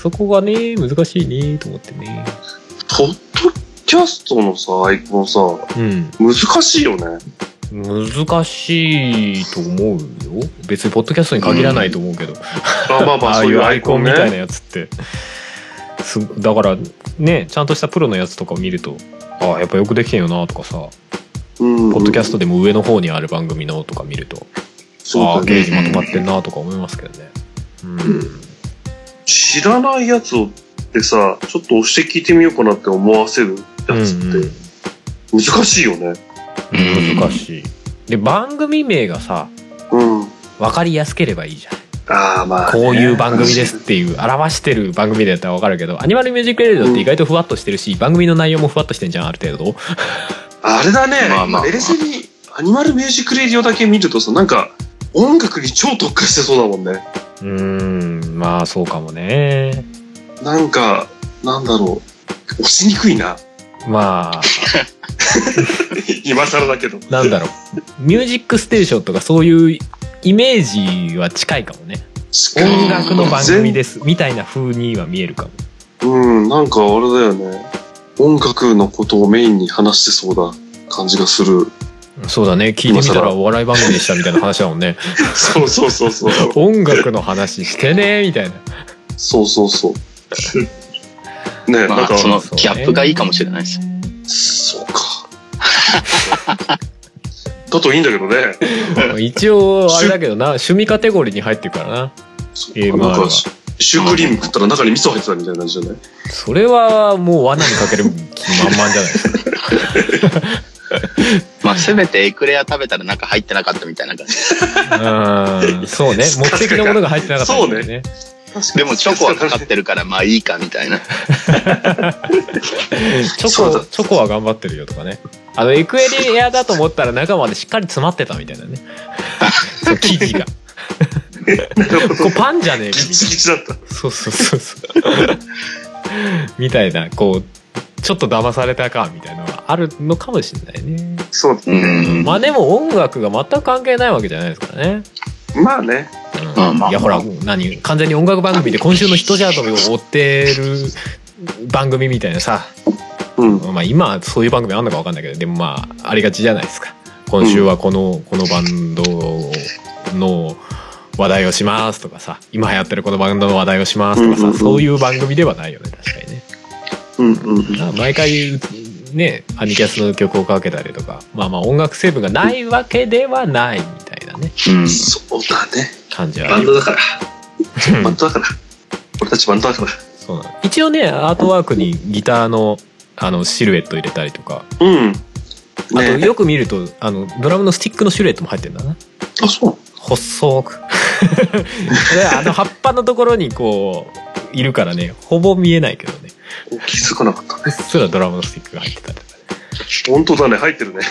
Speaker 3: そこがね難しいねと思ってね
Speaker 1: ポッドキャストのさ、アイコンさ、
Speaker 3: うん
Speaker 1: 難しいよね。
Speaker 3: 難しいと思うよ別にポッドキャストに限らないと思うけど、
Speaker 1: あまあまあ、
Speaker 3: ああ
Speaker 1: そう
Speaker 3: い
Speaker 1: いう
Speaker 3: う
Speaker 1: ア
Speaker 3: ア
Speaker 1: イ
Speaker 3: イ
Speaker 1: コ
Speaker 3: コ
Speaker 1: ン
Speaker 3: ン
Speaker 1: ね
Speaker 3: み。たいなやつってすだからねちゃんとしたプロのやつとかを見るとああやっぱよくできてんよなとかさ
Speaker 1: うん。
Speaker 3: ポッドキャストでも上の方にある番組のとか見ると、
Speaker 1: そう
Speaker 3: ああ
Speaker 1: だ
Speaker 3: ゲー
Speaker 1: ね。
Speaker 3: ジまとまってんなとか思いますけどねうん、
Speaker 1: 知らないやつをってさ、ちょっと押して聞いてみようかなって思わせるやつ
Speaker 3: うんう
Speaker 1: っ
Speaker 3: ん
Speaker 1: て難しいよね。
Speaker 4: うん
Speaker 3: 難しいで番組名がさ
Speaker 1: うん。
Speaker 3: 分かりやすければいいじゃん
Speaker 1: ああ、まあね、
Speaker 3: こういう番組ですっていう表してる番組だったら分かるけどアニマルミュージックレディオって意外とふわっとしてるし、番組の内容もふわっとしてんじゃんある程度
Speaker 1: あれだね、
Speaker 4: まあまあまあ
Speaker 1: エレセにアニマルミュージックレディオだけ見るとさ、なんか音楽に超特化してそうだもんね。
Speaker 3: うーんまあそうかもね
Speaker 1: なんか、なんだろう。押しにくいな。
Speaker 3: まあ
Speaker 1: 今更だけど。
Speaker 3: なんだろうミュージックステーションとかそういうイメージは近いかもね音楽の番組ですみたいな風には見えるかも
Speaker 1: うん、なんかあれだよね。音楽のことをメインに話してそうな感じがする。
Speaker 3: そうだね聞いてみたらお笑い番組でしたみたいな話だもんね
Speaker 1: そうそうそうそう。
Speaker 3: 音楽の話してねみたいな
Speaker 1: そうそうそう。ねえ、
Speaker 4: ま
Speaker 1: なん
Speaker 4: あ、
Speaker 1: か、
Speaker 4: その
Speaker 3: そうね
Speaker 4: ギャップがいいかもしれないです。
Speaker 1: そうか。 だといいんだけどね。
Speaker 3: 一応あれだけどな趣味カテゴリーに入ってるからな
Speaker 1: な
Speaker 3: AMR
Speaker 1: ん
Speaker 3: は
Speaker 1: かシシュークリーム食ったら中に味噌入ってたみたいな感じじゃない
Speaker 3: それはもう罠にかける気満々じゃないですか
Speaker 4: まあ、せめてエクレア食べたらなんか入ってなかったみたいな感 じ。
Speaker 3: うーんそうね目的のものが入ってなかったんだよね
Speaker 4: でもチョコは かかってるからまあいいかみたいな。
Speaker 3: チ
Speaker 1: そう
Speaker 3: ョ
Speaker 1: だ
Speaker 3: コチョコは頑張ってるよとかねあのエクエリアだと思ったら中までしっかり詰まってたみたいな ねそう生地がこれパンじゃねえか
Speaker 1: ギッ
Speaker 3: みた
Speaker 1: チ
Speaker 3: い
Speaker 1: ギチだった。
Speaker 3: なそうそうそうそうみたいなこうちょっと騙されたかみたいなのがあるのかもしれないね
Speaker 1: そう
Speaker 4: う。ん。
Speaker 3: まあでも音楽が全く関係ないわけじゃないですからね
Speaker 1: まあね。
Speaker 4: まあまあ
Speaker 3: いやほら何完全に音楽番組で今週の人じゃとを追ってる番組みたいなさ、
Speaker 1: うん。
Speaker 3: まあ、今そういう番組あんのか分かんないけどでもまあありがちじゃないですか今週はこの、このバンドの話題をしますとかさ今流行ってるこのバンドの話題をしますとかさ、
Speaker 1: うんうんうん
Speaker 3: そういう番組ではないよね確かにね
Speaker 1: うんうん。
Speaker 3: まあ毎回ねアニキャスの曲をかけたりとかまあまあ音楽成分がないわけではないみたいなね
Speaker 4: うん。
Speaker 1: そうだね。
Speaker 3: 感じは
Speaker 5: バ
Speaker 3: あ
Speaker 5: ン
Speaker 3: る
Speaker 5: ドだから。
Speaker 3: うん
Speaker 1: バンドだから。俺たちバンドだから。
Speaker 3: そうなの一応ねアートワークにギターのあのシルエット入れたりとか
Speaker 1: うん。
Speaker 3: あと
Speaker 1: ね
Speaker 3: よく見るとあのドラムのスティックのシルエットも入ってるんだな
Speaker 1: あ、そう。
Speaker 3: 細く であの葉っぱのところにこういるからねほぼ見えないけどね
Speaker 1: 気づかなかった
Speaker 3: うっ
Speaker 1: ね。
Speaker 3: すらドラムのスティックが入ってたりとかね
Speaker 1: 本当だね、入ってるね。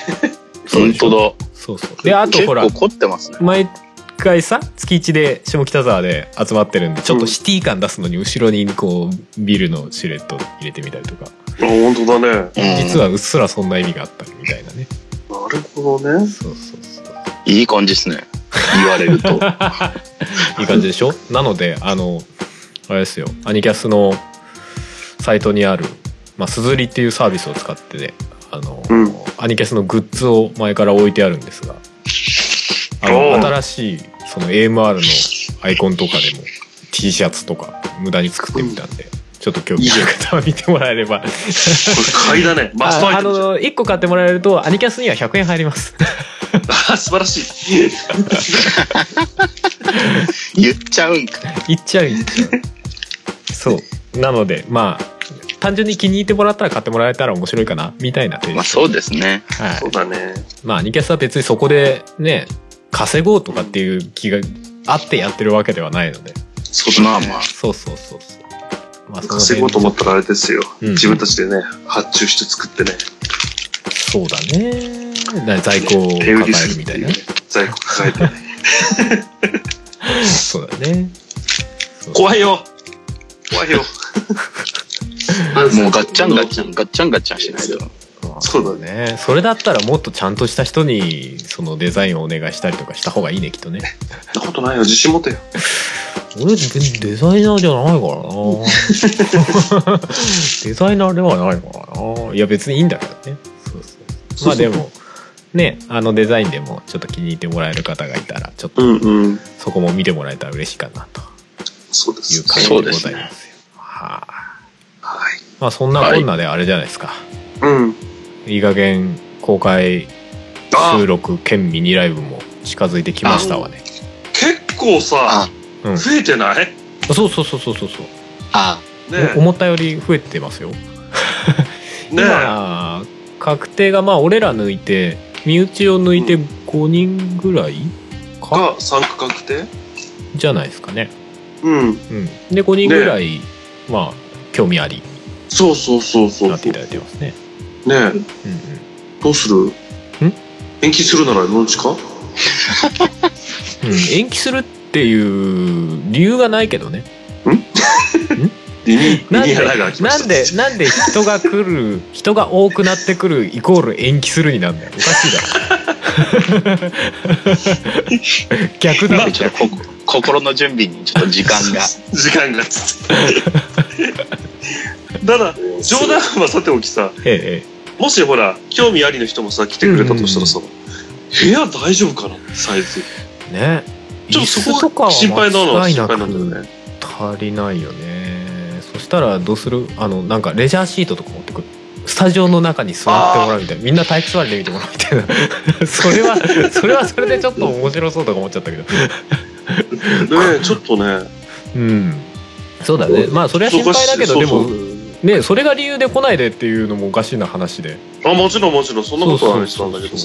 Speaker 4: 本当
Speaker 3: そうそう
Speaker 4: だ。
Speaker 3: であとほら
Speaker 4: 結構凝ってますね。
Speaker 3: 毎回さ月1で下北沢で集まってるんでちょっとシティ感出すのに後ろにこうビルのシルエット入れてみたりとか
Speaker 1: あ、本当だね。
Speaker 4: うん
Speaker 3: 実はうっすらそんな意味があったりみたいなね
Speaker 1: なるほどね。
Speaker 3: そうそうそう
Speaker 4: いい感じですね。言われると。
Speaker 3: いい感じでしょなのであのあれですよアニキャスのサイトにある「まあ、すずり」っていうサービスを使ってねあの、
Speaker 1: うん
Speaker 3: アニキャスのグッズを前から置いてあるんですがあ
Speaker 1: お
Speaker 3: の
Speaker 1: う
Speaker 3: 新しいその AMR のアイコンとかでも T シャツとか無駄に作ってみたんで、ちょっと興味ある方は見てもらえれば
Speaker 1: 買いだね。マスト
Speaker 3: あ
Speaker 1: ア
Speaker 3: あ
Speaker 1: イテムじゃん。
Speaker 3: の1個買ってもらえるとアニキャスには100円入ります
Speaker 1: あ素晴らしい。
Speaker 4: 言っちゃうんか。
Speaker 3: いっちゃういっちゃうそうなのでまあ単純に気に入ってもらったら買ってもらえたら面白いかなみたいなテン
Speaker 4: まあ
Speaker 3: シ
Speaker 4: そうですね。
Speaker 3: ョンはい
Speaker 1: そうだね。
Speaker 3: まあ、アニキャスは別にそこでね、稼ごうとかっていう気があってやってるわけではないので。
Speaker 1: そう
Speaker 4: ま
Speaker 1: だ
Speaker 4: あ
Speaker 1: ね。
Speaker 4: まあ。
Speaker 3: そうそうそうそう。まあ、その辺
Speaker 1: 稼ごうと思ったらあれですよ。
Speaker 3: うん
Speaker 1: 自分たちでね、発注して作ってね、
Speaker 3: そうだね。だ在庫を抱
Speaker 1: 手
Speaker 3: え
Speaker 1: 売りす
Speaker 3: る
Speaker 1: る
Speaker 3: み
Speaker 1: ったて
Speaker 3: い
Speaker 1: いう
Speaker 3: な
Speaker 1: ね。。在庫抱えてね。
Speaker 3: そうだね。
Speaker 1: 怖いよ怖いよ
Speaker 4: もうガッチャンガッチャン、ガッチャンガッチャンしてないと。
Speaker 3: まあ
Speaker 1: そうだ
Speaker 3: ね。それだったらもっとちゃんとした人に、そのデザインをお願いしたりとかした方がいいね、きっとね。
Speaker 1: そんなことないよ。自信持てよ。
Speaker 3: 俺、デデザイナーじゃないからなデザイナーではないからないや別にいいんだけどねそうそうまあでもねあのデザインでもちょっと気に入ってもらえる方がいたらちょっと
Speaker 1: うんうん。
Speaker 3: そこも見てもらえたら嬉しいかなと
Speaker 1: そうで
Speaker 3: い
Speaker 1: す
Speaker 3: う。感じでございますよはい、
Speaker 1: はい。
Speaker 3: まあそんなこんなであれじゃないですか、
Speaker 1: うん。
Speaker 3: い、い加減公開
Speaker 1: あ
Speaker 3: 収録兼ミニライブも近づいてきましたわね
Speaker 1: 結構さ
Speaker 4: あ、
Speaker 3: うん
Speaker 1: 増えてないね
Speaker 3: そうそうそうそうそうそう、
Speaker 4: あ
Speaker 1: え。
Speaker 3: 思ったより増えてますよ
Speaker 1: ねえ。
Speaker 3: 今確定がまあ俺ら抜いて身内を抜いて5人ぐらいか、
Speaker 1: が3区確定
Speaker 3: じゃないですかね、
Speaker 1: うん。
Speaker 3: うん、で5人ぐらい、まあ興味あり
Speaker 1: そうそうそうそ
Speaker 3: にな
Speaker 1: う
Speaker 3: っ
Speaker 1: そ
Speaker 3: て
Speaker 1: う。
Speaker 3: い
Speaker 1: ね
Speaker 3: ただいてますね
Speaker 1: え。
Speaker 3: うんうん
Speaker 1: どうするん延期するならどっちか
Speaker 3: うん、延期するっていう理由がないけどね
Speaker 1: リニ
Speaker 3: な
Speaker 1: リ
Speaker 3: ん
Speaker 1: ニ
Speaker 3: で
Speaker 1: アライが来ま
Speaker 3: な
Speaker 1: した。
Speaker 3: んでなんで人が来る人が多くなってくるイコール延期するになんだよおかしいだろ逆だ
Speaker 4: あ。
Speaker 3: ろ
Speaker 4: でちょっとこ心の準備にちょっと時間が。
Speaker 1: 時間がつって。ただ、冗談はさておきさ、
Speaker 3: ええ
Speaker 1: もしほら、興味ありの人もさ、来てくれたとしたらさ、部屋大丈夫かなサイズ。
Speaker 3: ええね
Speaker 1: ちょっとそこが心配なのは心配なんだよね。
Speaker 3: 足りないよねそしたらどうするあのなんかレジャーシートとか持ってくるスタジオの中に座ってもらうみたいなみんな体育座りで見てもらうみたいな それはそれはそれでちょっと面白そうとか思っちゃったけど
Speaker 1: ねえちょっとね。
Speaker 3: うんそうだねまあそれは心配だけど
Speaker 1: そう
Speaker 3: で
Speaker 1: そ
Speaker 3: も
Speaker 1: う
Speaker 3: ねそれが理由で来ないでっていうのもおかしいな話で
Speaker 1: あ、もちろんもちろん、そんなことはないし
Speaker 3: そ
Speaker 1: な
Speaker 3: うん
Speaker 1: だ
Speaker 3: そう
Speaker 1: けどさ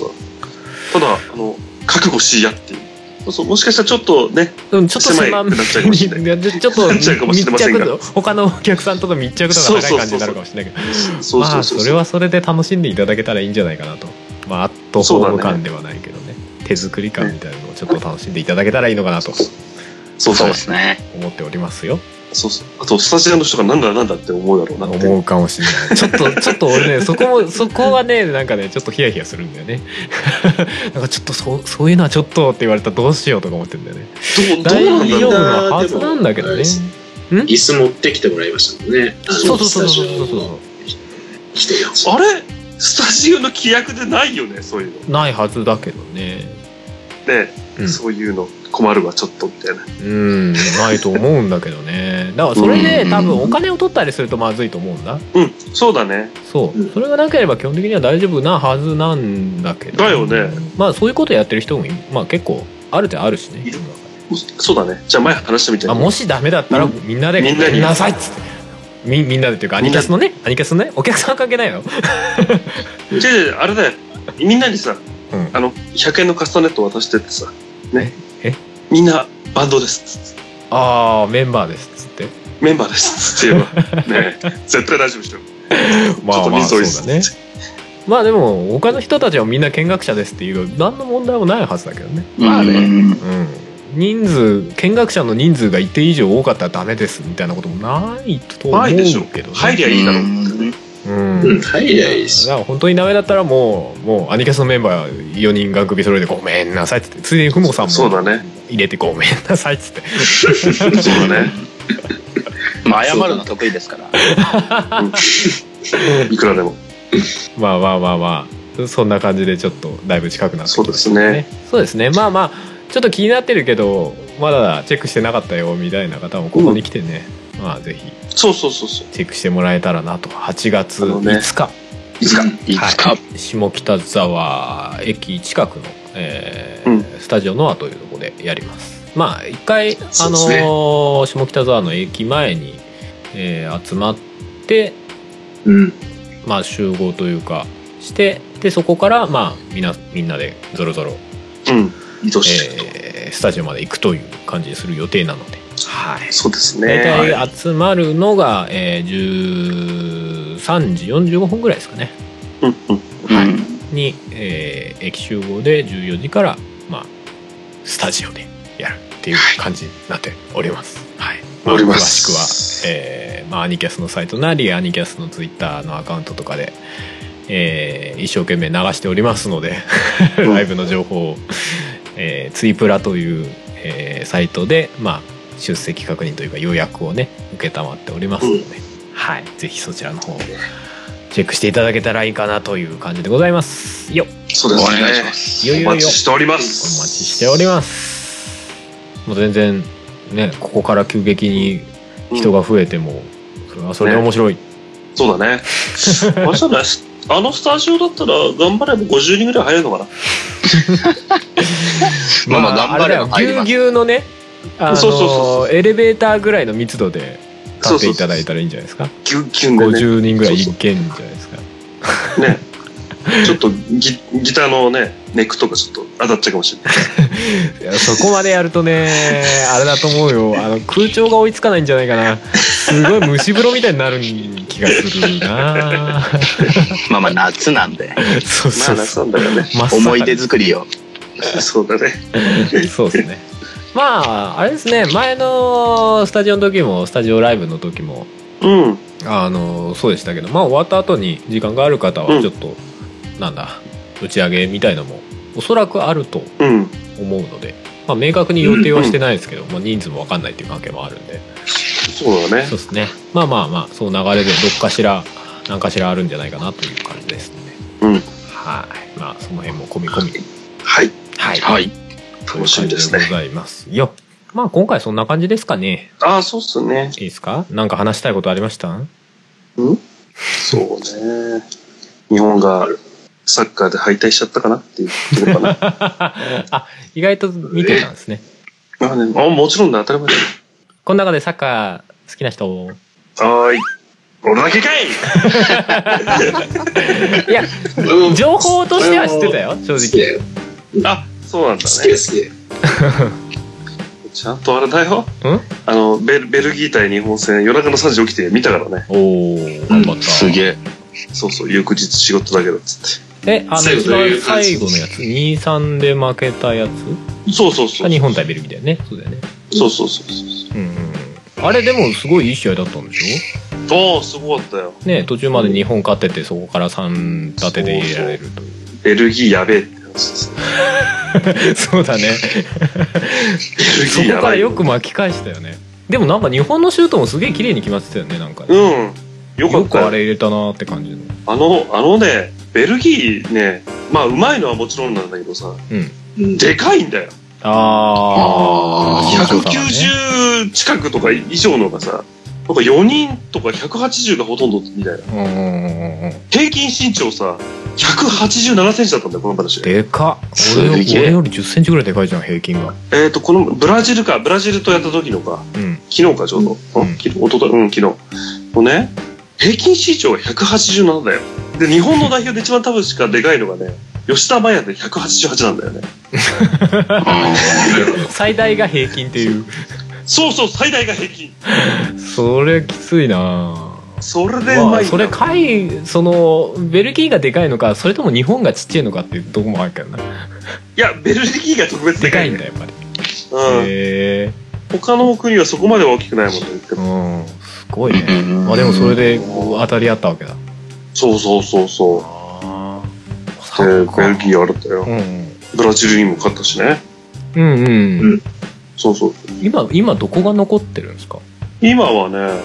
Speaker 3: そう。
Speaker 1: ただ、あの、覚悟しいやっていう。そうそうもしかしたらちょっとね、
Speaker 3: うんちょっと狭
Speaker 1: 狭いくなっちゃうかもしれない
Speaker 3: いや ちょっと
Speaker 1: なっちゃうかもし
Speaker 3: 密
Speaker 1: れません
Speaker 3: 着
Speaker 1: が
Speaker 3: 度他のお客さんとの密着度が高い感じになるかもしれないけど
Speaker 1: そう
Speaker 3: ま
Speaker 1: そう
Speaker 3: あ
Speaker 1: そう
Speaker 3: それはそれで楽しんでいただけたらいいんじゃないかなとまあアットホーム感ではないけどね手作り感みたいなのをちょっと楽しんでいただけたらいいのかなと
Speaker 1: そう
Speaker 4: そ
Speaker 1: そうう
Speaker 4: で。すね。
Speaker 3: 思っておりますよ
Speaker 1: そうそう。あと、スタジアムの人がなんだなんだって思うだろうなって。
Speaker 3: 思うかもしれ ないちょっとちょっと俺ねそこもそこはねなんかねちょっとヒヤヒヤするんだよね なんかちょっとそうそういうのはちょっとって言われたらどうしようとか思ってんだよね
Speaker 1: どう、ど
Speaker 3: 大
Speaker 1: うなんだろ
Speaker 3: 丈夫
Speaker 1: う
Speaker 5: だ
Speaker 3: なはずなんだけどね
Speaker 5: 椅子持ってきてもらいましたもんね。あの
Speaker 3: そうそうそうそうそう
Speaker 5: スタジ
Speaker 3: そう
Speaker 5: オの人が
Speaker 1: あれスタジオの規約でないよね、そういうの。
Speaker 3: ないはずだけどね
Speaker 1: ね、
Speaker 3: うん
Speaker 1: そういうの困るわ、ちょっとみたいな。
Speaker 3: うんないと思うんだけどねだからそれで多分お金を取ったりするとまずいと思うんだ
Speaker 1: うん、そうだね。
Speaker 3: そう、
Speaker 5: うん
Speaker 3: それがなければ基本的には大丈夫なはずなんだけど
Speaker 1: だよね
Speaker 3: まあそういうことやってる人もいまあ結構あるっちゃあるしね
Speaker 1: いるそうだね。じゃあ前話したみたい
Speaker 3: あ
Speaker 1: に。
Speaker 3: もしダメだったらみんなで
Speaker 1: みんなに
Speaker 3: ごめなさいっつってみみんなでっていうかアニキャスのねアニキャスのねお客さん関係ないよ
Speaker 1: 違う違う、あれだよ。みんなにさ、
Speaker 3: うん
Speaker 1: あの、100円のカスタネット渡してってさ、ね。
Speaker 3: え
Speaker 1: みんなバンドです。
Speaker 3: ああメンバーですっつって
Speaker 1: メンバーです。って言え ば。ね。絶対大丈夫でしょ。
Speaker 3: ま
Speaker 1: ちょ
Speaker 3: あ
Speaker 1: っと
Speaker 3: まあ
Speaker 1: 水
Speaker 3: そ
Speaker 1: を
Speaker 3: う
Speaker 1: いいっ
Speaker 3: だ
Speaker 1: す
Speaker 3: ねまあでも他の人たちはみんな見学者ですっていう何の問題もないはずだけどね
Speaker 1: まあね
Speaker 4: うん
Speaker 3: うん人数見学者の人数が一定以上多かったらダメですみたいなこともないと思う
Speaker 1: ない
Speaker 3: け
Speaker 1: でしょ
Speaker 3: ど、ね、
Speaker 1: 入りゃいいだろうってね。
Speaker 3: うん
Speaker 5: うん、入りゃいいし
Speaker 3: だ。から本当にダメだったらもうもうアニキャスのメンバー4人が首揃えて「ごめんなさい」っつってついでにふもさん
Speaker 1: そうだ
Speaker 3: も
Speaker 1: ね。
Speaker 3: 入れて「ごめんなさい」っつって
Speaker 1: そうだ ね。
Speaker 4: まあ謝るの得意ですから。
Speaker 1: いくらでも。
Speaker 3: まあまあまあまあそんな感じでちょっとだいぶ近くなってきました
Speaker 1: そうで
Speaker 3: そうですねまあまあちょっと気になってるけどまだチェックしてなかったよみたいな方もここに来てね、まあぜひ
Speaker 1: そうそうそうそう。
Speaker 3: チェックしてもらえたらなと8月
Speaker 1: あのね
Speaker 3: 5日、
Speaker 4: いつか、いつか。
Speaker 3: はい、下北沢駅近くの、えー
Speaker 1: うん
Speaker 3: スタジオノアというところでやりますまあ一回、あ
Speaker 1: そう
Speaker 3: の
Speaker 1: ですね
Speaker 3: ー下北沢の駅前に、えー集まって、
Speaker 5: うん。
Speaker 3: まあ、集合というかしてでそこから、まあ、みんなみんなでぞろぞろ、
Speaker 1: うん。移動してると。
Speaker 3: えースタジオまで行くという感じにする予定なので、はい、
Speaker 1: そうです
Speaker 3: 大
Speaker 1: ね。
Speaker 3: 体集まるのが、えー13時45分ぐらいですかね
Speaker 1: うんうん。
Speaker 4: うん。
Speaker 3: に、えー駅集合で14時から、まあ、スタジオでやるっていう感じになっております。はい。あ
Speaker 1: おりま
Speaker 3: 詳し
Speaker 1: す。
Speaker 3: くは、えーまあ、アニキャスのサイトなり、アニキャスのツイッターのアカウントとかで、えー一生懸命流しておりますので、
Speaker 1: うん
Speaker 3: ライブの情報を、えーツイプラという、えーサイトで、まあ、出席確認というか予約をね、受けたまっておりますので、はい。ぜひそちらの方をチェックしていただけたらいいかなという感じでございます。よっ
Speaker 1: そう
Speaker 4: お
Speaker 1: ですね。
Speaker 4: 願いします。
Speaker 3: よよよ
Speaker 1: お
Speaker 3: よお待
Speaker 1: 待ちしております。
Speaker 3: ちしておりますもう全然ねここから急激に人が増えても、それはそれで面白い、
Speaker 1: そうだ ね。あれじゃないあのスタジオだったら頑張れば50人ぐらい入れるのかな
Speaker 4: まあまあ頑張れば
Speaker 3: あれだよ
Speaker 4: 入ります
Speaker 3: ぎゅうぎゅうのねあの
Speaker 1: そうそうそう
Speaker 3: エレベーターぐらいの密度で立っていただいたらいいんじゃないですか
Speaker 1: キュンキュンでね。
Speaker 3: 50人ぐらい
Speaker 1: そ
Speaker 3: いうけんじゃないですか
Speaker 1: ね。ちょっとギギターのね、ネックとかちょっと当たっちゃうかもしれ ない。
Speaker 3: いやそこまでやるとねあれだと思うよあの空調が追いつかないんじゃないかなすごい蒸し風呂みたいになる気がするな
Speaker 4: まあまあ夏なんで、
Speaker 3: そ
Speaker 1: ま
Speaker 3: うそ
Speaker 1: あ
Speaker 3: う
Speaker 1: 夏
Speaker 3: そう
Speaker 1: なんだよね。
Speaker 3: 真っ盛り
Speaker 4: 思い出作りを。
Speaker 1: そうだね。
Speaker 3: そうですね。まあ、あれですね、前のスタジオの時も、スタジオライブの時も、
Speaker 1: うん。
Speaker 3: あの、そうでしたけど、まあ終わった後に時間がある方
Speaker 1: う
Speaker 3: は、
Speaker 1: ん
Speaker 3: ちょっと、なんだ、打ち上げみたいのも、おそらくあると
Speaker 1: うん。
Speaker 3: 思うので、まあ明確に予定はしてないですけど、まあ人数もわかんないっていう関係もあるんで、
Speaker 1: そうだね
Speaker 3: そ。うですね。まあまあまあ、その流れでどっかしら、何かしらあるんじゃないかなという感じですね。
Speaker 1: うん
Speaker 3: はい。まあ、その辺も込み込み。
Speaker 1: はい。
Speaker 3: はい
Speaker 4: はい。
Speaker 1: 楽しみですね
Speaker 3: という感じでございますよ。まあ今回そんな感じですかね。
Speaker 1: ああ、そうっすね。
Speaker 3: いいですかなんか話したいことありました
Speaker 1: そうね。日本がサッカーで敗退しちゃったかなっていうことか な。
Speaker 3: あ、意外と見てたんですね。
Speaker 1: まあね、あもちろんね、当たり前だよ。
Speaker 3: この中でサッカー好きな人
Speaker 1: はーい。俺だけかい
Speaker 3: いや、
Speaker 5: 俺も
Speaker 3: 情報としては知ってたよ、正
Speaker 5: 好き
Speaker 3: 直。
Speaker 5: だよ。
Speaker 1: あ、そうなんだ
Speaker 5: 好きだよ
Speaker 1: ね。
Speaker 5: 好きだよ。
Speaker 1: ちゃんとあれだよ。
Speaker 3: ん
Speaker 1: あの、ベルベルギー対日本戦、夜中の3時起きて見たからね。
Speaker 3: おー、頑張った。
Speaker 4: すげえ。
Speaker 1: そうそう、翌日仕事だけだっつっ
Speaker 3: え、あの、
Speaker 5: 最後
Speaker 3: 一
Speaker 5: どうい
Speaker 3: 番
Speaker 5: う感じ
Speaker 3: 最後のやつ、2、3で負けたやつ
Speaker 1: て。そうそうそう。
Speaker 3: が日本対ベルギーだよね。そうだよね。
Speaker 1: そうそうそうそう。
Speaker 3: うんうん。あれでもすごいいい試合だったんでしょ
Speaker 1: おー、すごかったよ。
Speaker 3: ね途中まで日本勝ってて、そこから3立てで入れられるという。
Speaker 1: ベルギーやべえって話ですよ。
Speaker 3: そうだね。
Speaker 1: ベル
Speaker 3: そ
Speaker 1: ギー
Speaker 3: こ
Speaker 1: や
Speaker 3: か
Speaker 1: ば
Speaker 3: ら
Speaker 1: い。
Speaker 3: よく巻き返したよね。でもなんか日本のシュートもすげえ綺麗に決まってたよね、なんかね、
Speaker 1: うん。よか
Speaker 3: よ
Speaker 1: っ
Speaker 3: く
Speaker 1: た
Speaker 3: あ
Speaker 1: よ。
Speaker 3: れ入れたなーって感じの。
Speaker 1: あの、あのね、ベルギーね、まあ、うまいのはもちろんなんだけどさ、
Speaker 3: うん。
Speaker 5: うん
Speaker 1: でかいんだよ。
Speaker 3: あ
Speaker 4: あ
Speaker 3: ー。そうだね
Speaker 1: 190近くとか以上のがさ、なんか4人とか180がほとんどみたいな。
Speaker 3: うんうんうんうん。
Speaker 1: 平均身長さ、187センチだったんだよ、この話。
Speaker 3: でかっ俺よ
Speaker 4: すげえ
Speaker 3: 俺より10センチぐらいでかいじゃん、平均が。
Speaker 1: えっ、と、このブラジルか、ブラジルとやった時のか、
Speaker 3: うん。
Speaker 1: 昨日か、ちょうど。
Speaker 3: うん
Speaker 1: ん、昨日、おととうん、昨日。のね、平均身長が187だよ。で、日本の代表で一番多分しかでかいのがね、吉田麻也で188なんだよね。
Speaker 3: 最大が平均っていう。
Speaker 1: そうそう、最大が平均。
Speaker 3: それきついなー
Speaker 1: それでう
Speaker 3: ま
Speaker 1: ま
Speaker 3: あ、
Speaker 1: いんだ
Speaker 3: それかいそのベルギーがでかいのかそれとも日本がちっちゃいのかっていうとこもあるけどない
Speaker 1: や、ベルギーが特別
Speaker 3: で
Speaker 1: で
Speaker 3: か
Speaker 1: か
Speaker 3: い
Speaker 1: い
Speaker 3: ん
Speaker 1: ね。
Speaker 3: だやっぱりへ
Speaker 1: うん。
Speaker 3: え
Speaker 1: 他の国はそこまでは大きくないもんね。
Speaker 3: うんすごいね
Speaker 4: ま
Speaker 3: まあでもそれ。で当たり合ったわけだ
Speaker 1: そうそうそうそ
Speaker 3: あ
Speaker 1: う。で、ベルギ
Speaker 3: ー
Speaker 1: ーあれだよ。
Speaker 3: う
Speaker 1: ブラジルにも勝ったしね。
Speaker 3: んうんうんうん
Speaker 1: そうそう。
Speaker 3: 今今どこが残ってるんですか
Speaker 1: 今はね、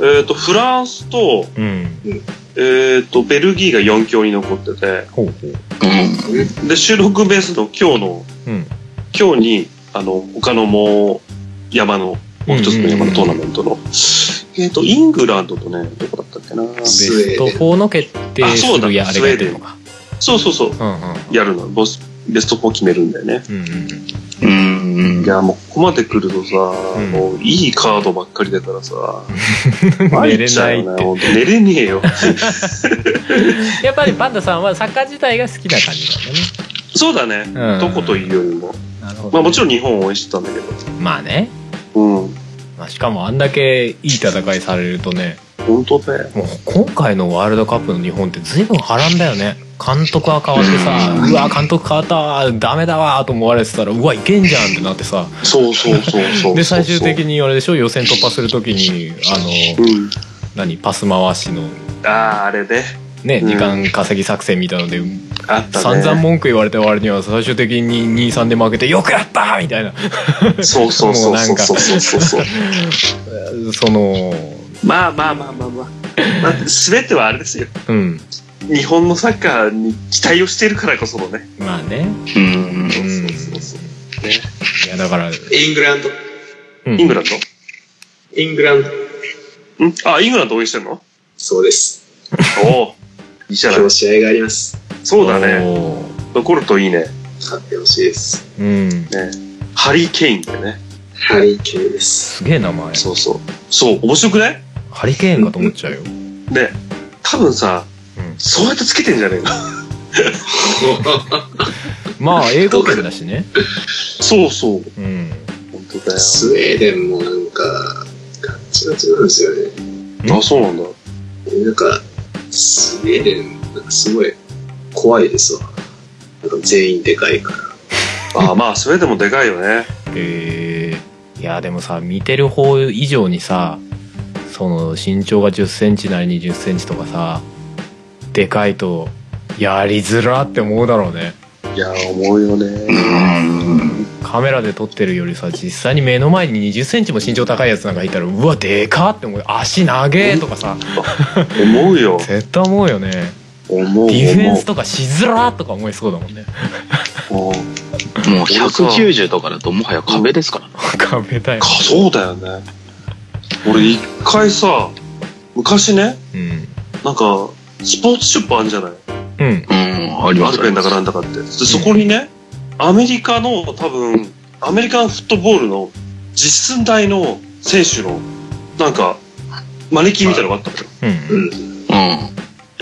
Speaker 1: えっ、と、フランスと、
Speaker 3: うん。
Speaker 1: えっ、と、ベルギーが4強に残ってて、
Speaker 3: ほうほう。
Speaker 4: う
Speaker 1: で、収録ベースの今日の、
Speaker 3: うん。
Speaker 1: 今日に、あの、他のもう、山の、もう一つの山のトーナメントの、えっ、と、イングランドとね、どこだったっけな。
Speaker 3: ベ
Speaker 5: ス
Speaker 3: スト
Speaker 5: ウェーデン
Speaker 3: 4の決定
Speaker 1: あそ
Speaker 3: す
Speaker 1: うだ
Speaker 3: るやあれがやってるのか。
Speaker 1: そうそうそう、
Speaker 3: うんうん
Speaker 1: やるの。ボス、ベスト4決めるんだよね。
Speaker 3: うんうん
Speaker 4: ん。うん
Speaker 1: い。や、もうここまで来るとさ、
Speaker 3: うん
Speaker 1: もういいカードばっかりだから さ、
Speaker 3: 寝
Speaker 1: 参
Speaker 3: れ
Speaker 1: っちゃ
Speaker 3: な
Speaker 1: う
Speaker 3: い
Speaker 1: よ
Speaker 3: っ
Speaker 1: ね
Speaker 3: て
Speaker 1: ほんと寝れねえよ。
Speaker 3: やっぱりパンダさんはサッカー自体が好きな感じ
Speaker 1: そうだね。
Speaker 3: なんだね。
Speaker 1: どこというよりも。
Speaker 3: なるほど
Speaker 1: まあもちろん日本を応援してたんだけ
Speaker 3: まあね、
Speaker 1: ど。うん。
Speaker 3: まあ、しかもあんだけいい戦いされるとね
Speaker 1: 本当だよ。
Speaker 3: もう今回のワールドカップの日本って随分波乱だよね監督は変わってさ
Speaker 4: う
Speaker 3: うわ監督変わったわダメだわと思われてたらうわいけんじゃんってなってさ
Speaker 1: そうそうそうそうそう。
Speaker 3: で最終的にあれでしょ予選突破するときにあの
Speaker 1: うん。
Speaker 3: 何パス回しの
Speaker 1: ああ、あれね。
Speaker 3: ね
Speaker 1: うん
Speaker 3: 時間稼ぎ作戦みたいので
Speaker 1: あったね。
Speaker 3: 散々文句言われた割には最終的に2-3で負けてよくやったみたいな
Speaker 1: そうそうそうそうそうそうそうそう。
Speaker 3: その
Speaker 1: まあまあまあまあまあ。まあ、全てはあれですよ。
Speaker 3: うん
Speaker 1: 日本のサッカーに期待をしているからこそのね。
Speaker 3: まあね
Speaker 4: うん
Speaker 3: う。ん
Speaker 1: そうそうそう。ね。
Speaker 3: いやだから
Speaker 5: イングランド。
Speaker 3: うん
Speaker 1: イングラン
Speaker 5: イングランド。
Speaker 1: ドんあ、イングランド応援してんの
Speaker 5: そうです。
Speaker 1: おお。いいじゃな
Speaker 5: 今
Speaker 1: い
Speaker 5: 日。試合があります。
Speaker 1: そうだね。
Speaker 3: おー
Speaker 1: 残るといいね。
Speaker 5: 勝ってほしいです。
Speaker 3: うん
Speaker 1: ね。ハリー・ケインだよね。
Speaker 5: ハリーケーンです。
Speaker 3: すげえ名前
Speaker 1: そうそう。そう、面白くない
Speaker 3: ハリケーンかと思っちゃうよ
Speaker 1: ね。多分さ、
Speaker 3: うん
Speaker 1: そうやってつけてんじゃねえか。
Speaker 3: まあ英語圏だしね
Speaker 1: そうそう。
Speaker 3: うん
Speaker 1: 本当だよ。
Speaker 5: スウェーデンもなんか、ガッチガチなんですよね。
Speaker 1: あ、そうなんだ。
Speaker 5: なんか、スウェーデン、なんかすごい怖いですわ。なんか全員でかいから。
Speaker 1: あ、まあ、スウェーデンもでかいよね。
Speaker 3: えー、いやでもさ見てる方以上にさその身長が1 0センチなり2 0センチとかさでかいとやりづらって思うだろうね
Speaker 1: いや、思うよね。
Speaker 3: カメラで撮ってるよりさ実際に目の前に2 0センチも身長高いやつなんかいたらうわでかって思う足長えとかさ
Speaker 1: 思うよ。
Speaker 3: 絶対思うよね
Speaker 1: 思う、思う。
Speaker 3: ディフェンスとかしづらーとか思いそうだもんね
Speaker 1: うん
Speaker 4: もう190とかだともはや壁ですからね。
Speaker 3: 壁だよ
Speaker 1: か、そうだよね。俺、一回さ、昔ね、
Speaker 3: うん
Speaker 1: なんか、スポーツショップあるじゃない
Speaker 3: うん
Speaker 4: うん、あり
Speaker 1: ア
Speaker 4: ます
Speaker 1: ルペンだかなんだかって。で、そこにね、アメリカの、多分、アメリカンフットボールの実寸大の選手の、なんか、マネキンみたいなのがあったのよ。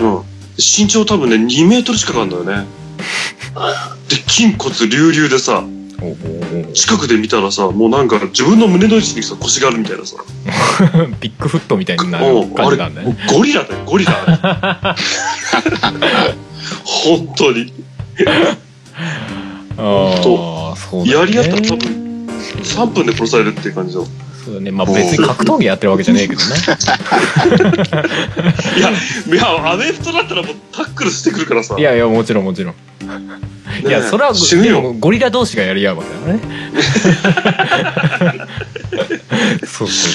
Speaker 3: うん
Speaker 5: うん。
Speaker 1: う
Speaker 4: う
Speaker 1: ん。身長多分ね、2メートル近くあるんだよね。で、筋骨隆々でさ、
Speaker 3: おお
Speaker 1: 近くで見たらさ、もうなんか自分の胸の位置にさ、腰があるみたいなさ。
Speaker 3: ビッグフットみたいにな
Speaker 1: も
Speaker 3: る
Speaker 1: う、
Speaker 3: 感
Speaker 1: あれ、
Speaker 3: じなんだ
Speaker 1: も
Speaker 3: ね。
Speaker 1: うゴリラだよ、ゴリラ。本当に。
Speaker 3: ああ、そうだね。
Speaker 1: やり合ったら多分3分で殺されるっていう感じの。
Speaker 3: そうだね。まあ別に格闘技やってるわけじゃねえけどね。
Speaker 1: いや、いや、アメフトだったらもうタックルしてくるからさ。
Speaker 3: いやいや、もちろんもちろん。
Speaker 1: ね、
Speaker 3: いや、それは
Speaker 1: 死ぬ
Speaker 3: で
Speaker 1: よ。
Speaker 3: もゴリラ同士がやり合うわけだからね。 そうそ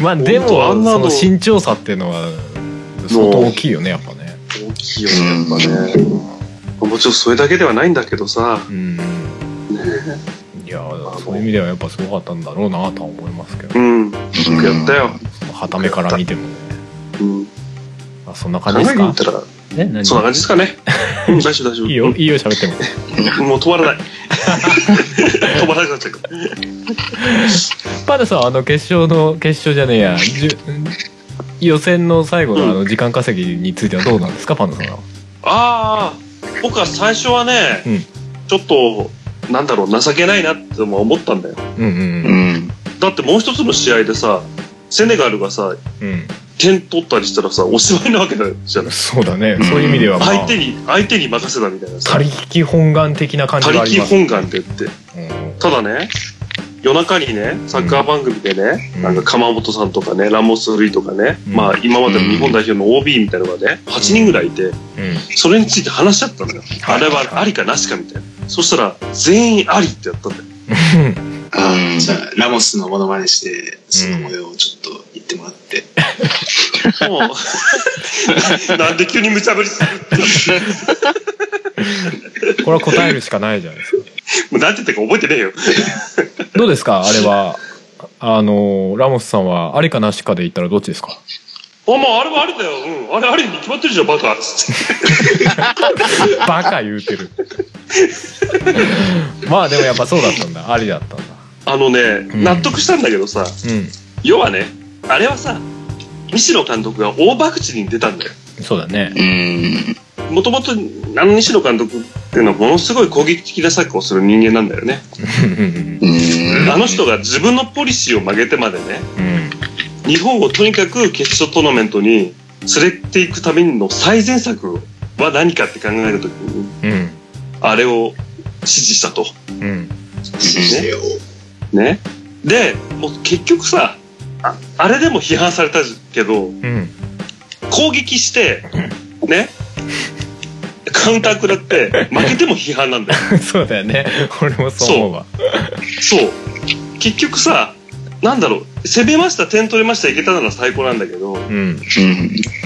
Speaker 3: う。まあでも、
Speaker 1: 本当あんな
Speaker 3: その
Speaker 1: の
Speaker 3: 身長差っていうのは相当大きいよね、やっぱね。
Speaker 1: 大きいよね、やっぱね。もちろんそれだけではないんだけどさ。
Speaker 3: うん。いや、そういう意味ではやっぱすごかったんだろうなとは思いますけど。
Speaker 1: うん。よ
Speaker 4: ん。
Speaker 1: くやったよ。
Speaker 3: はためから見てもね。
Speaker 1: うん。
Speaker 3: あそんな
Speaker 1: 考
Speaker 3: 感じ
Speaker 1: え
Speaker 3: です
Speaker 1: てみ
Speaker 3: か
Speaker 1: たら、
Speaker 3: え何
Speaker 1: そんな感じですかね。うん、大丈夫大丈夫。
Speaker 3: いいよ、
Speaker 1: う
Speaker 3: いいよ、喋っても。
Speaker 1: んもう止まらない。 止まらなくなっちゃうから。
Speaker 3: パンダさんはあの決勝の決勝じゃねえやじゅ予選の最後のあの時間稼ぎについてはどうなんですかパンダさんは
Speaker 1: ああ、僕は最初はね、
Speaker 3: うん
Speaker 1: ちょっと、なんだろう、情けないなっても思ったんだよ。
Speaker 3: うんうん
Speaker 4: う
Speaker 3: うん
Speaker 4: ん。
Speaker 1: だってもう一つの試合でさ、セネガルがさ、点取ったりしたらさ、おしまいなわけじゃ
Speaker 3: う
Speaker 1: なんい。
Speaker 3: そうだねそういう意味ではまあ
Speaker 1: 相手に、相手に任せたみたいな
Speaker 3: 他
Speaker 1: さ。
Speaker 3: 力本願的な感じ
Speaker 1: 他
Speaker 3: があり
Speaker 1: 力
Speaker 3: ます
Speaker 1: 本願でって。ただね、夜中にね、サッカー番組でね、
Speaker 3: うん
Speaker 1: なんか鎌本さんとかね、ラモス・ルイとかね、
Speaker 3: うん
Speaker 1: まあ今までの日本代表の OB みたいなのがね、8人ぐらいいて、
Speaker 3: うんうん
Speaker 1: それについて話しちゃったのよ。
Speaker 3: はい
Speaker 1: あれはありかなしかみたいな。そしたら、全員ありってやったんだよ。
Speaker 5: あーじゃあ、ラモスのモノマネして、そのモデルをちょっと言ってもらって。
Speaker 1: もう なんで急に無茶ぶりする
Speaker 3: これは答えるしかないじゃないですか。
Speaker 1: もうなんて言ったか覚えてねえよ。
Speaker 3: どうですかあれは。あの、ラモスさんは、ありかなしかで言ったらどっちですか
Speaker 1: あ、まあ、あれはあれだよ。うん。あれあれに決まってるじゃん、バカ。つって
Speaker 3: バカ言うてる。まあでもやっぱそうだったんだ。ありだったんだ。
Speaker 1: あのね、
Speaker 3: ん
Speaker 1: 納得したんだけどさ、
Speaker 3: う
Speaker 1: 要はね、あれはさ、西野監督が大博打に出たんだよ。
Speaker 3: ん。そうだね。
Speaker 4: うん。
Speaker 1: もともと、あの西野監督っていうのはものすごい攻撃的なサッカーをする人間なんだよね。
Speaker 3: うん。
Speaker 4: うん。
Speaker 1: あの人が自分のポリシーを曲げてまでね、
Speaker 3: うん。
Speaker 1: 日本をとにかく決勝トーナメントに連れていくための最善策は何かって考えるときに、
Speaker 3: うん。
Speaker 1: あれを指示したと。
Speaker 3: うん。
Speaker 5: してよ。
Speaker 1: ね。で、もう結局さ、ああれでも批判されたけど、
Speaker 3: うん。
Speaker 1: 攻撃して、ね、カウンター食らって、負けても批判なんだよ。
Speaker 3: そうだよね。 俺もそう思うわ。
Speaker 1: そう。結局さ、なんだろう、攻めました、点取りました、いけたなら最高なんだけど、
Speaker 3: うん。
Speaker 4: うん。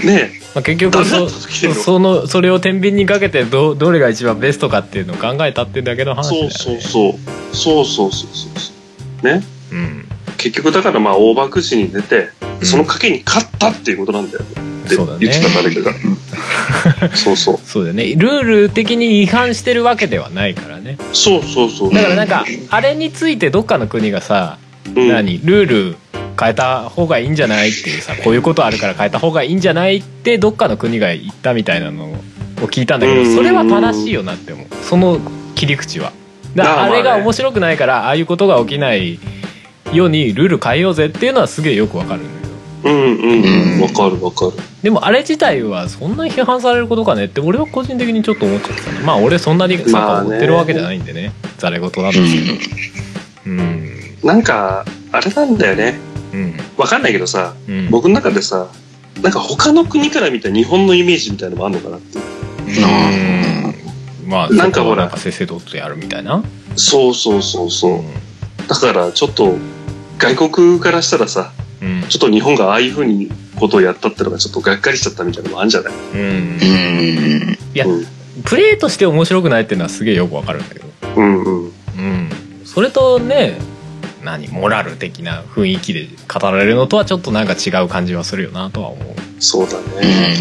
Speaker 1: ね、
Speaker 3: まあ、結
Speaker 1: ダ
Speaker 3: 局
Speaker 1: メだ
Speaker 3: そ
Speaker 1: った時だよ
Speaker 3: そのそれを天秤にかけてどどれが一番ベストかっていうのを考えたっていうだけの話だよ
Speaker 1: そ
Speaker 3: ね
Speaker 1: うそうそう。そうそうそうそうそう。ね。
Speaker 3: うん
Speaker 1: 結局だからまあ、大爆死に出て、
Speaker 3: うん
Speaker 1: その賭けに勝ったっていうことなんだよ。って
Speaker 3: そうだ
Speaker 1: 言ってた
Speaker 3: ね
Speaker 1: 誰かが。 そうそう。
Speaker 3: そうだよねルール的に違反してるわけではないからね
Speaker 1: そうそうそう。
Speaker 3: だからなんかあれについてどっかの国がさ、
Speaker 1: うん
Speaker 3: 何ルール変えた方がいいんじゃないっていうさこういうことあるから変えた方がいいんじゃないってどっかの国が言ったみたいなのを聞いたんだけ
Speaker 1: う
Speaker 3: ど
Speaker 1: ん
Speaker 3: それは正しいよなって思うその切り口はだから
Speaker 1: まあ
Speaker 3: あ
Speaker 1: まあね
Speaker 3: れが面白くないからああいうことが起きないようにルール変えようぜっていうのはすげえよくわかるんだけど
Speaker 1: うんうんう。
Speaker 4: うんん
Speaker 1: わかるわかる。
Speaker 3: でもあれ自体はそんなに批判されることかねって俺は個人的にちょっと思っちゃってたねまあ俺そんなにサッカーを追ってるわけじゃないんでねざれ事なんですけどうん
Speaker 1: なんか、あれなんだよね。
Speaker 3: うん
Speaker 1: わかんないけどさ、
Speaker 3: うん
Speaker 1: 僕の中でさ、なんか他の国から見た日本のイメージみたいなのもあるのかなっていう。
Speaker 3: うんまあ
Speaker 1: なんかほら
Speaker 3: なんか正々堂々とやるみたいな
Speaker 1: そうそうそうそう。
Speaker 3: ん
Speaker 1: だからちょっと、外国からしたらさ、
Speaker 3: うん
Speaker 1: ちょっと日本がああいうふうにことをやったってのがちょっとがっかりしちゃったみたいなのもあるんじゃない
Speaker 3: うん
Speaker 4: うん。
Speaker 3: いや
Speaker 1: うん
Speaker 3: プレーとして面白くないっていうのはすげえよくわかるんだけど
Speaker 1: うんうん。
Speaker 3: うんそれとね何モラル的な雰囲気で語られるのとはちょっとなんか違う感じはするよなとは思う
Speaker 1: そうだ
Speaker 4: う
Speaker 1: ね。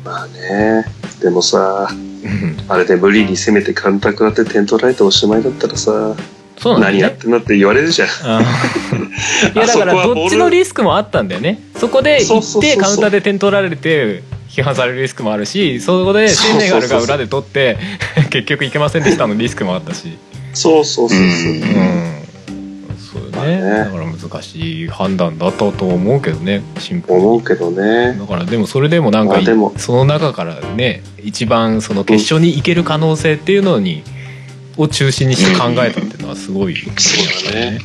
Speaker 4: ん。
Speaker 1: まあね。でもさ、
Speaker 3: うん
Speaker 1: あれで無理に攻めてカウンター食らって点取られておしまいだったらさ、
Speaker 3: そうなん
Speaker 1: 何
Speaker 3: だ
Speaker 1: や
Speaker 3: よ
Speaker 1: っ
Speaker 3: ね
Speaker 1: てんだって言われるじゃん。
Speaker 3: うんいやだから
Speaker 1: あ そこはボール
Speaker 3: どっちのリスクもあったんだよねそこで
Speaker 1: そう
Speaker 3: 行
Speaker 1: そう
Speaker 3: っ
Speaker 1: そうそ
Speaker 3: て
Speaker 1: う
Speaker 3: カウンターで点取られて批判されるリスクもあるしそこでセネガルが裏で取って 結局いけませんでしたのリスクもあったし
Speaker 1: そうそうそうそう。
Speaker 4: うん
Speaker 3: うんそう
Speaker 1: ま
Speaker 3: よ
Speaker 1: あ
Speaker 3: ね
Speaker 1: ね
Speaker 3: だから難しい判断だったと思うけどねシンプル
Speaker 1: 思
Speaker 3: に
Speaker 1: うけどね。
Speaker 3: だからでもそれでもなん
Speaker 1: ま
Speaker 3: か
Speaker 1: あでも
Speaker 3: その中からね一番その決勝に行ける可能性っていうのにを中心にして考えたっていうのはすごい
Speaker 1: そうだね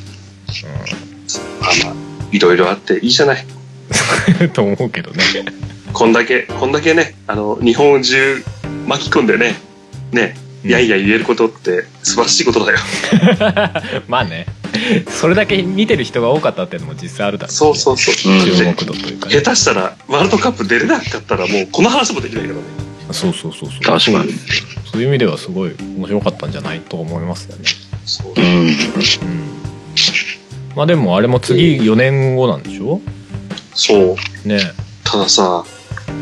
Speaker 1: まあまあ、いろいろあっていいじゃない。
Speaker 3: うん と思うけどね
Speaker 1: こんだけ、こんだけね、あの、日本中巻き込んでね、ね、
Speaker 3: う ん
Speaker 1: いやいや言えることって素晴らしいことだよ。
Speaker 3: まあねそれだけ見てる人が多かったっていうのも実際あるだろうし
Speaker 1: そうそうそう。
Speaker 4: うん
Speaker 3: 注目
Speaker 1: で
Speaker 3: 度というか
Speaker 1: 下
Speaker 3: ね
Speaker 1: 手したらワールドカップ出れなかったらもうこの話もできないからね。
Speaker 3: そうそうそうそう
Speaker 4: 確かに。
Speaker 3: そういう意味ではすごい面白かったんじゃないと思いますよね
Speaker 1: そう
Speaker 4: う
Speaker 1: ね
Speaker 4: ん。
Speaker 3: うんまあでもあれも次4年後なんでしょ
Speaker 1: そう。
Speaker 3: ね
Speaker 1: たださ、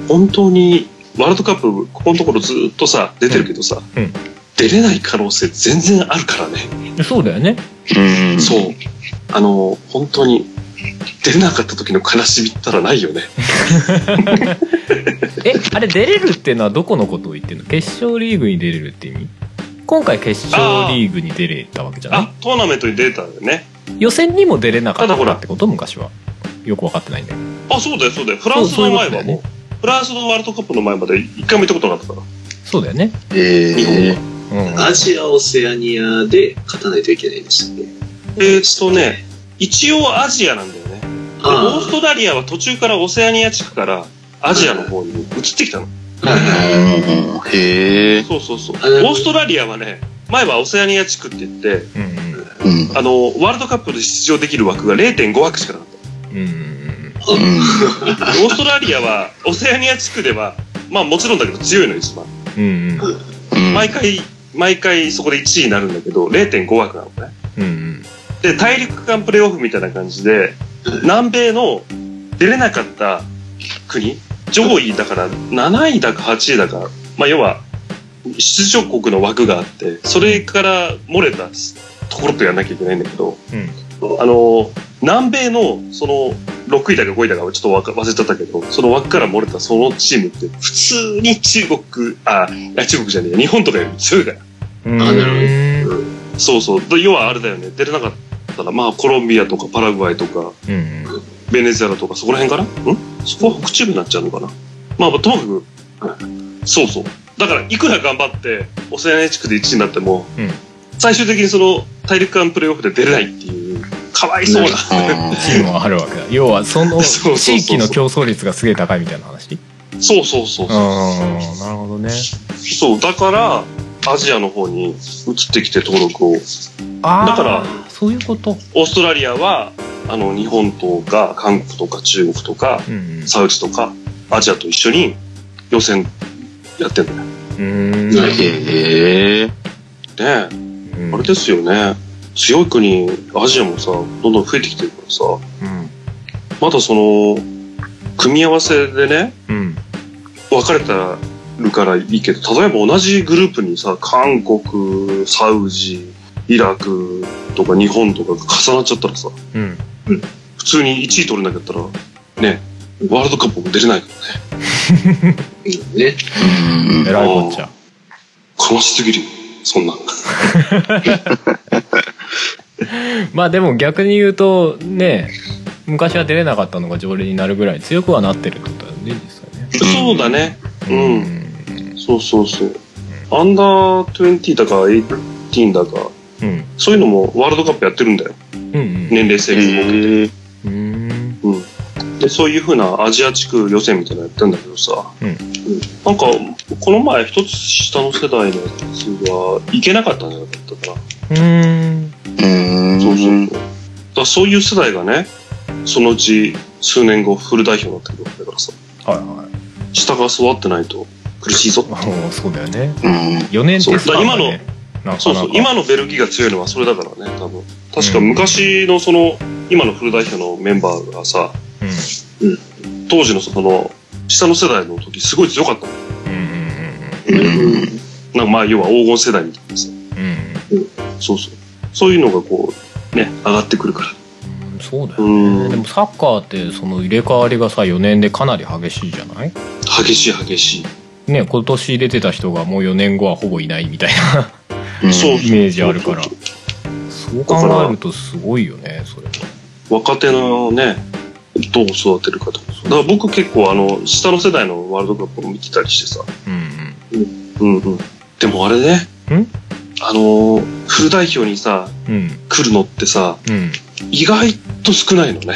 Speaker 1: 本当にワールドカップここのところずっとさ、出てるけどさ、
Speaker 3: うんうん
Speaker 1: 出れない可能性全然あるからね。
Speaker 3: そうだよね
Speaker 4: うん。
Speaker 1: そう。あの、本当に出れなかった時の悲しみったらないよね。
Speaker 3: えあれ出れるっていうのはどこのことを言ってるの決勝リーグに出れるって意味今回決勝リーグに出れたわけじゃない
Speaker 1: あ、トーナメントに出れたんだよね。
Speaker 3: 予選にも出れなかっ
Speaker 1: た
Speaker 3: た
Speaker 1: だほら
Speaker 3: ってこと昔はよく分かってないんだけど
Speaker 1: あ、そうだよ、そうだよ。フランス
Speaker 3: そう
Speaker 1: の
Speaker 3: そうい
Speaker 1: 前
Speaker 3: うことだ
Speaker 1: は
Speaker 3: よね
Speaker 1: もう、フランスのワールドカップの前まで一回も行ったことなかったから。
Speaker 3: そうだよね
Speaker 1: 日
Speaker 4: え
Speaker 1: 本
Speaker 4: ー。
Speaker 3: うん
Speaker 5: アジア、オセアニアで勝たないといけないんでしたっけ
Speaker 1: えーっとね、一応アジアなんだよね。でオーストラリアは途中からオセアニア地区からアジアの方に移ってきたの。
Speaker 5: あ。はいはい
Speaker 4: うんへえ。
Speaker 1: そうそうそう。オ
Speaker 5: あでも
Speaker 1: ーストラリアはね、前はオセアニア地区って言って、
Speaker 3: うん
Speaker 4: うん。
Speaker 1: あの、ワールドカップで出場できる枠が0.5枠しかなかっ
Speaker 3: うんうんうん
Speaker 4: う
Speaker 1: オーストラリアは、オセアニア地区では、まあもちろんだけど強いの一番。
Speaker 3: うんうん
Speaker 4: ん。
Speaker 1: 毎回、毎回そこで1位になるんだけど、0.5枠なのね。
Speaker 3: うん
Speaker 1: で、大陸間プレーオフみたいな感じで、南米の出れなかった国、上位だから7位だか8位だか、まあ要は出場国の枠があって、それから漏れたところとやんなきゃいけないんだけど、
Speaker 3: うん
Speaker 1: あの、南米のその6位だか5位だかはちょっとわか忘れちゃったけど、その枠から漏れたそのチームって普通に中国、あ、いや中国じゃねえや、日本とかより強いから。
Speaker 3: うん
Speaker 5: あなる
Speaker 3: ほ
Speaker 5: ほど
Speaker 1: そうそう。で要はあれだよね。出れなかったら、まあ、コロンビアとかパラグアイとか、
Speaker 3: どうん
Speaker 1: ベネズエラとか、そこら辺かなんそこは北中部になっちゃうのかなまあ、まあともかく、そうそう。だから、いくら頑張って、オセアニア地区で1位になっても、
Speaker 3: うん
Speaker 1: 最終的にその、大陸間プレーオフで出れないっていう、かわいそうな。
Speaker 3: チームはあるわけだ要はそ
Speaker 1: そ
Speaker 3: の
Speaker 1: うそうそうそう
Speaker 3: 地域の競争率がすげえ高いみたいな話
Speaker 1: そうそうそうそう。
Speaker 3: ああなるほどね
Speaker 1: そう、だから、アジアの方に移ってきて登録を。オー
Speaker 3: ああ
Speaker 1: だから
Speaker 3: そういうこと
Speaker 1: ストラリアは、あの、日本とか、韓国とか、中国とか、
Speaker 3: うん
Speaker 1: サウジとかアジアと一緒に予選やってるん
Speaker 3: うん
Speaker 5: なるほ
Speaker 4: へえ。
Speaker 1: だよね。
Speaker 3: うん
Speaker 1: あれですよね。強い国、アジアもさ、どんどん増えてきてるからさ、
Speaker 3: うん
Speaker 1: まだその、組み合わせでね、
Speaker 3: うん
Speaker 1: 分かれてるからいいけど、例えば同じグループにさ、韓国、サウジ、イラクとか日本とかが重なっちゃったらさ、
Speaker 3: うん
Speaker 1: 普通に1位取れなかったら、ね、ワールドカップも出れないからね。
Speaker 5: ね。
Speaker 4: うん
Speaker 3: 偉いこっちゃ
Speaker 1: 悲しすぎるよ、そんなん。
Speaker 3: まあでも逆に言うとね昔は出れなかったのが常連になるぐらい強くはなってるってことだよね実際ね
Speaker 1: そうだね。うん
Speaker 3: ん
Speaker 1: そうそうそう。アンダー20だか18だか、
Speaker 3: うん
Speaker 1: そういうのもワールドカップやってるんだよ。
Speaker 3: うんうん
Speaker 1: 年齢制限も。
Speaker 4: へえ。
Speaker 3: うん
Speaker 1: で、そういうふうなアジア地区予選みたいなのやってんだけどさ。
Speaker 3: うん
Speaker 1: なんか、この前一つ下の世代のやつは行けなかったんじゃなかったかな。
Speaker 3: うん
Speaker 4: うん。
Speaker 1: そうそうそう。だからそういう世代がね、そのうち数年後フル代表になってくるわけだからさ。
Speaker 3: はいは
Speaker 1: 下が育ってないと苦しいぞ。
Speaker 3: いもうそうだよね
Speaker 4: うん。
Speaker 3: 4年ってスパンがねなかなか
Speaker 1: そうそう、今のベルギーが強いのはそれだからね、多分。確か昔のその、今のフル代表のメンバーがさ、
Speaker 3: うん
Speaker 1: 当時のその、下の世代の時すごい強かったの。
Speaker 3: うんうん
Speaker 4: うん。
Speaker 1: なんかまあ、要は黄金世代みたいなさ。
Speaker 3: うんうん
Speaker 1: そうそう。そういうのがこう、ね、上がってくるから。
Speaker 3: うんそうだ
Speaker 1: う
Speaker 3: よねで
Speaker 1: ん。
Speaker 3: もサッカーってその入れ替わりがさ4年でかなり激しいじゃない
Speaker 1: 激しい激しい。
Speaker 3: ね今年出てた人がもう4年後はほぼいないみたいな
Speaker 1: そう
Speaker 3: イメージあるからそう考
Speaker 1: だから
Speaker 3: えるとすごいよねそれは
Speaker 1: 若手のね、どう育てるかとか。だから僕結構あの、下の世代のワールドカップを見てたりしてさ。
Speaker 3: うん
Speaker 1: うんうん。でもあれね。
Speaker 3: ん
Speaker 1: あのー、フル代表にさ、
Speaker 3: うんうん
Speaker 1: 来るのってさ、
Speaker 3: うん
Speaker 1: 意外と少ないのね。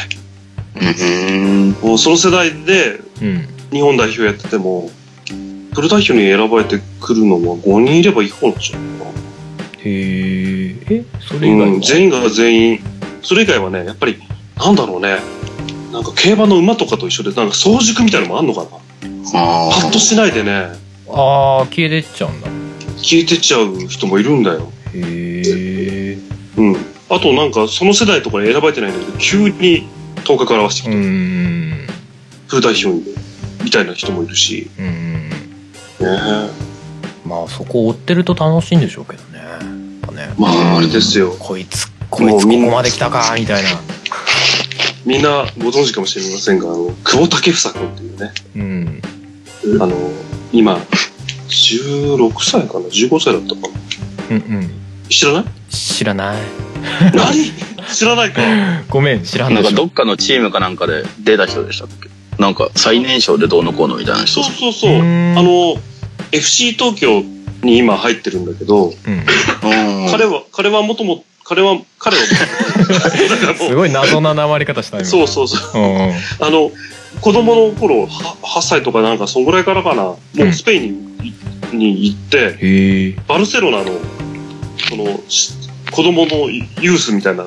Speaker 4: うん。
Speaker 1: もうその世代で
Speaker 3: うん
Speaker 1: 日本代表やってても、フル代表に選ばれてくるのは5人いればいい方なんじゃないか
Speaker 3: へええそれ以
Speaker 1: な。
Speaker 3: 外
Speaker 1: う
Speaker 3: は
Speaker 1: ん、全員が全員。それ以外はね、やっぱり、なんだろうね。なんか競馬の馬とかと一緒で、なんか早熟みたいなのもあんのかな。
Speaker 4: あ
Speaker 1: パッとしないでね、
Speaker 3: ああ消えてっちゃうんだ
Speaker 1: 消えてっちゃう人もいるんだよ。
Speaker 3: へえ
Speaker 1: うん。あとなんか、その世代とかに選ばれてないんだけど、急に頭角を現してき
Speaker 3: う
Speaker 1: て、
Speaker 3: ん
Speaker 1: フル代表に、みたいな人もいるし。
Speaker 3: うん
Speaker 1: ね
Speaker 3: まあそこ追ってると楽しいんでしょうけどねやっぱね
Speaker 1: まあ、あれですよ。
Speaker 3: こいつこいつここまで来たかみたいな
Speaker 1: みんなご存知かもしれませんが、あの、久保建英君っていうね、
Speaker 3: うん
Speaker 1: あの、今、16歳かな ?15 歳だったかな
Speaker 3: うんうん
Speaker 1: 知らない
Speaker 3: 知らない
Speaker 1: 何知らないか。
Speaker 3: ごめん知ら
Speaker 4: あ。
Speaker 3: な
Speaker 4: なん
Speaker 3: い
Speaker 4: か
Speaker 3: でし
Speaker 4: ど
Speaker 3: ょ
Speaker 4: っかのチームかなんかで出た人でしたっけなんか最年少でどうのこうのみたいな
Speaker 1: そ
Speaker 4: 人
Speaker 1: う。そうそう。
Speaker 3: う
Speaker 1: あ
Speaker 3: ーん
Speaker 1: の、FC 東京に今入ってるんだけど、
Speaker 3: うん
Speaker 1: 彼は、彼はもとも、彼は、彼は、だから
Speaker 3: す
Speaker 1: も
Speaker 3: ごい謎な名まり方した
Speaker 1: う、
Speaker 3: 今
Speaker 1: そうそうそう。
Speaker 3: うんうん
Speaker 1: あの、子供の頃、は8歳とかなんか、そんぐらいからかな、もうスペインに,、に行って、
Speaker 3: へえ
Speaker 1: バルセロナの、その、し子供のユースみたいな、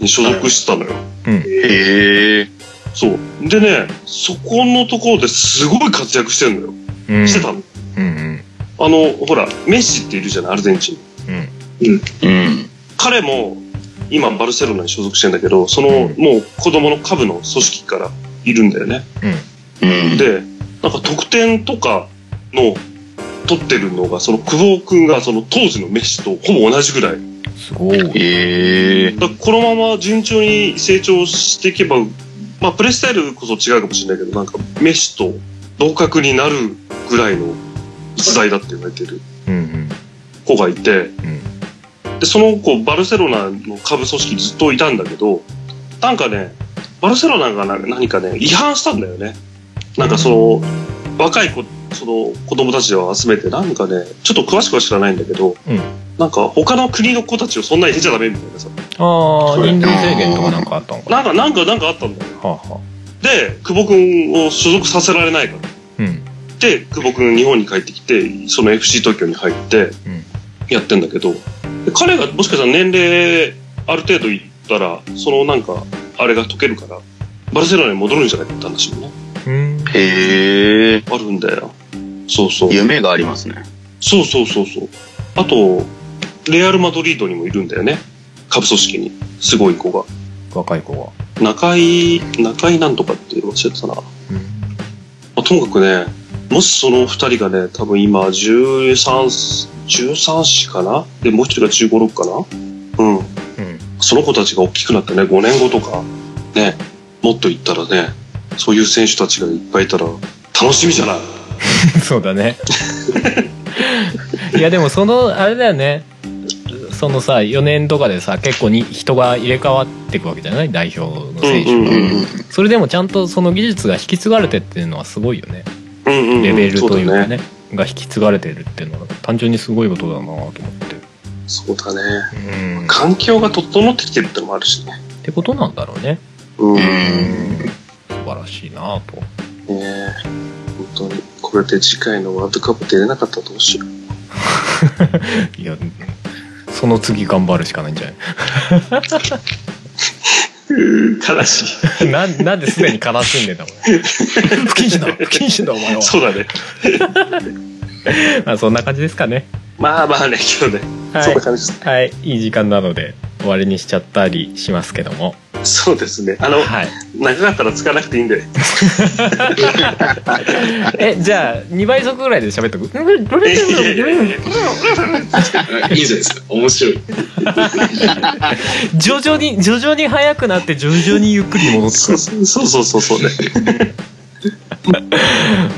Speaker 1: に所属してたのよ。
Speaker 4: へえ。
Speaker 1: そう。でね、そこのところですごい活躍してるのよ。
Speaker 3: うん
Speaker 1: してたの。
Speaker 3: うん
Speaker 1: あの、ほら、メッシっているじゃない、アルゼンチン。
Speaker 3: うん
Speaker 4: うん。
Speaker 1: 彼も、今、バルセロナに所属してんだけど、その、
Speaker 3: うん
Speaker 1: もう子供の下部の組織からいるんだよね。
Speaker 4: うん。
Speaker 1: で、なんか得点とかの、取ってるのが、その久保君がその当時のメッシとほぼ同じぐらい。
Speaker 3: うんすごい
Speaker 4: ええ。
Speaker 1: だからこのまま順調に成長していけば、まあ、プレースタイルこそ違うかもしれないけど、なんか、メッシと同格になるぐらいの逸材だって言われてる
Speaker 3: うんうん
Speaker 1: 子がいて、で、その子、バルセロナの下部組織ずっといたんだけど、なんかね、バルセロナがな何かね、違反したんだよね。なんかその、若い子、その子供たちを集めて、なんかね、ちょっと詳しくは知らないんだけど、
Speaker 3: うん
Speaker 1: なんか他の国の子たちをそんなに入れちゃダメみたいなさ、
Speaker 3: ああ
Speaker 5: そう
Speaker 3: 人数制限とかなんかあったのかな
Speaker 1: なんか、なんか、なんかあったんだよ。
Speaker 3: はあはあ
Speaker 1: で、久保君を所属させられないから。
Speaker 3: うん
Speaker 1: で、久保君日本に帰ってきて、その FC 東京に入って
Speaker 3: うん、
Speaker 1: やってんだけど、で彼がもしかしたら年齢ある程度いったら、そのなんか、あれが解けるから、バルセロナに戻るんじゃないかって話もね、
Speaker 3: うん
Speaker 4: へえ。
Speaker 1: あるんだよ。そうそう。
Speaker 4: 夢がありますね。
Speaker 1: そうそうそうそう。あと、レアル・マドリードにもいるんだよね。下部組織に。すごい子が。
Speaker 3: 若い子が
Speaker 1: 中井、中井なんとかって忘れてたな。
Speaker 3: うん
Speaker 1: まあ、ともかくね、もしその二人がね、多分今13、13子かなで、もう一人が15、6かなうん。
Speaker 3: うん
Speaker 1: その子たちが大きくなってね、5年後とか、ね、もっといったらね、そういう選手たちがいっぱいいたら、楽しみじゃない
Speaker 3: そうだね いやでもそのあれだよねそのさ4年とかでさ結構に人が入れ替わっていくわけじゃない代表の選手
Speaker 1: うんうん
Speaker 4: う
Speaker 1: んうん。
Speaker 3: それでもちゃんとその技術が引き継がれてっていうのはすごいよね
Speaker 1: うんうん、
Speaker 3: レベルとい
Speaker 1: そ
Speaker 3: う
Speaker 1: う
Speaker 3: か
Speaker 1: だね。
Speaker 3: ね,、が引き継がれてるっていうのは単純にすごいことだなと思って
Speaker 1: そうだね。
Speaker 3: うんっ
Speaker 1: 環境が整ってきてるってのもあるしね。
Speaker 3: てことなんだろうね
Speaker 1: うん。
Speaker 4: う
Speaker 1: ね
Speaker 4: ん。
Speaker 3: 素晴らしいなと
Speaker 1: え本当に。これで次回のワールドカップ出れなかったらどうしよう。
Speaker 3: いやその次頑張るしかないんじゃない
Speaker 1: 悲しい。
Speaker 3: ななんですでに悲しんでたもん不謹慎だ不謹慎だお前は
Speaker 1: そうだね。
Speaker 3: まあそんな感じですかね
Speaker 1: まあまあね、今日ね。
Speaker 3: は
Speaker 1: そん
Speaker 3: い
Speaker 1: な、感じです。
Speaker 3: はい、いい時間なので終わりにしちゃったりしますけども
Speaker 1: そうですね。あの、
Speaker 3: はい
Speaker 1: 長かったらつかなくていいん で。
Speaker 3: えじゃあ2倍速ぐらいで喋っとく
Speaker 1: いやいやいやいや
Speaker 5: いいじゃないですか。面白い。
Speaker 3: 徐々に徐々に速くなって徐々にゆっくり戻って
Speaker 1: そうそうそうそうそうね。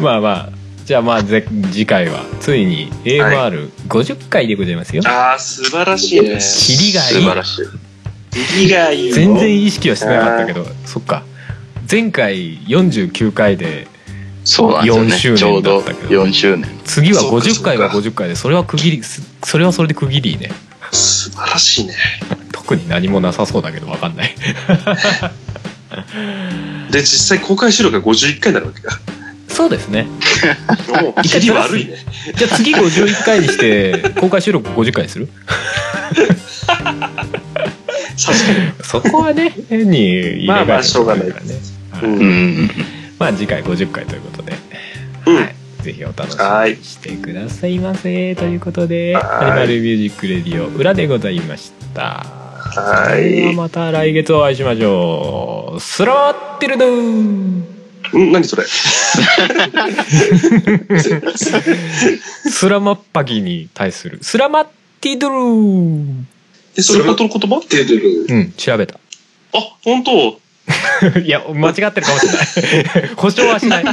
Speaker 3: まあまあじゃあまあぜ次回はついに AMR50 回でございますよ、
Speaker 1: ああ、素晴らしいね。
Speaker 3: キリが
Speaker 4: 素晴
Speaker 3: い
Speaker 4: らしい。
Speaker 1: キリがいい
Speaker 3: い
Speaker 1: よ。
Speaker 3: 全然意識はしてなかったけどそっか前回49回で
Speaker 4: そうなんですよ
Speaker 3: 4周
Speaker 4: ね。ちょ
Speaker 3: 年
Speaker 4: う
Speaker 3: だ
Speaker 4: ど
Speaker 3: ったけど
Speaker 4: 4周年。
Speaker 3: 次は
Speaker 1: そうか
Speaker 3: 50回は
Speaker 1: そう
Speaker 3: 50回でそれは区切りすそれはそれで区切りね
Speaker 1: 素晴らしいね。
Speaker 3: 特に何もなさそうだけど分か んない
Speaker 1: で、実際公開収録が51回になるわけか。
Speaker 3: そうですね
Speaker 1: もう、キリ悪いね。
Speaker 3: じゃあ次51回に して公開収録50回にする
Speaker 1: 確かに。
Speaker 3: そこはね変に入れ替え
Speaker 1: まあまあしょうがない
Speaker 3: からね
Speaker 1: うん
Speaker 4: うん。
Speaker 3: まあ次回50回ということで
Speaker 1: うん。
Speaker 3: ぜひお楽し
Speaker 1: は
Speaker 3: み
Speaker 1: い
Speaker 3: にしてくださいませ。ということで、
Speaker 1: はい
Speaker 3: アニマルミュージックレディオ裏でございました。
Speaker 1: は。
Speaker 3: ではいまた来月お会いしましょう。スラーってるドー
Speaker 1: うん、何それ。
Speaker 3: スラマッパギに対する、スラマッティドゥルー
Speaker 1: え、それ本当の言葉
Speaker 5: 出 てる。
Speaker 3: うん、調べた。
Speaker 1: あ、本当
Speaker 3: いや、間違ってるかもしれない。 保証はしない。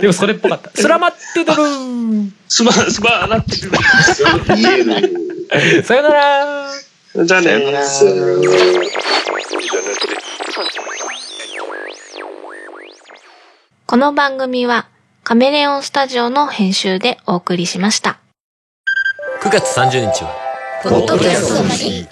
Speaker 3: でもそれっぽかった。スラマッティドゥル
Speaker 1: すま、すまなってる。
Speaker 5: 言えない。
Speaker 3: ーさよなら
Speaker 1: じゃあね。
Speaker 5: さよなら
Speaker 2: この番組はカメレオンスタジオの編集でお送りしました。
Speaker 6: 9月30日は、
Speaker 7: ポッドキャストの日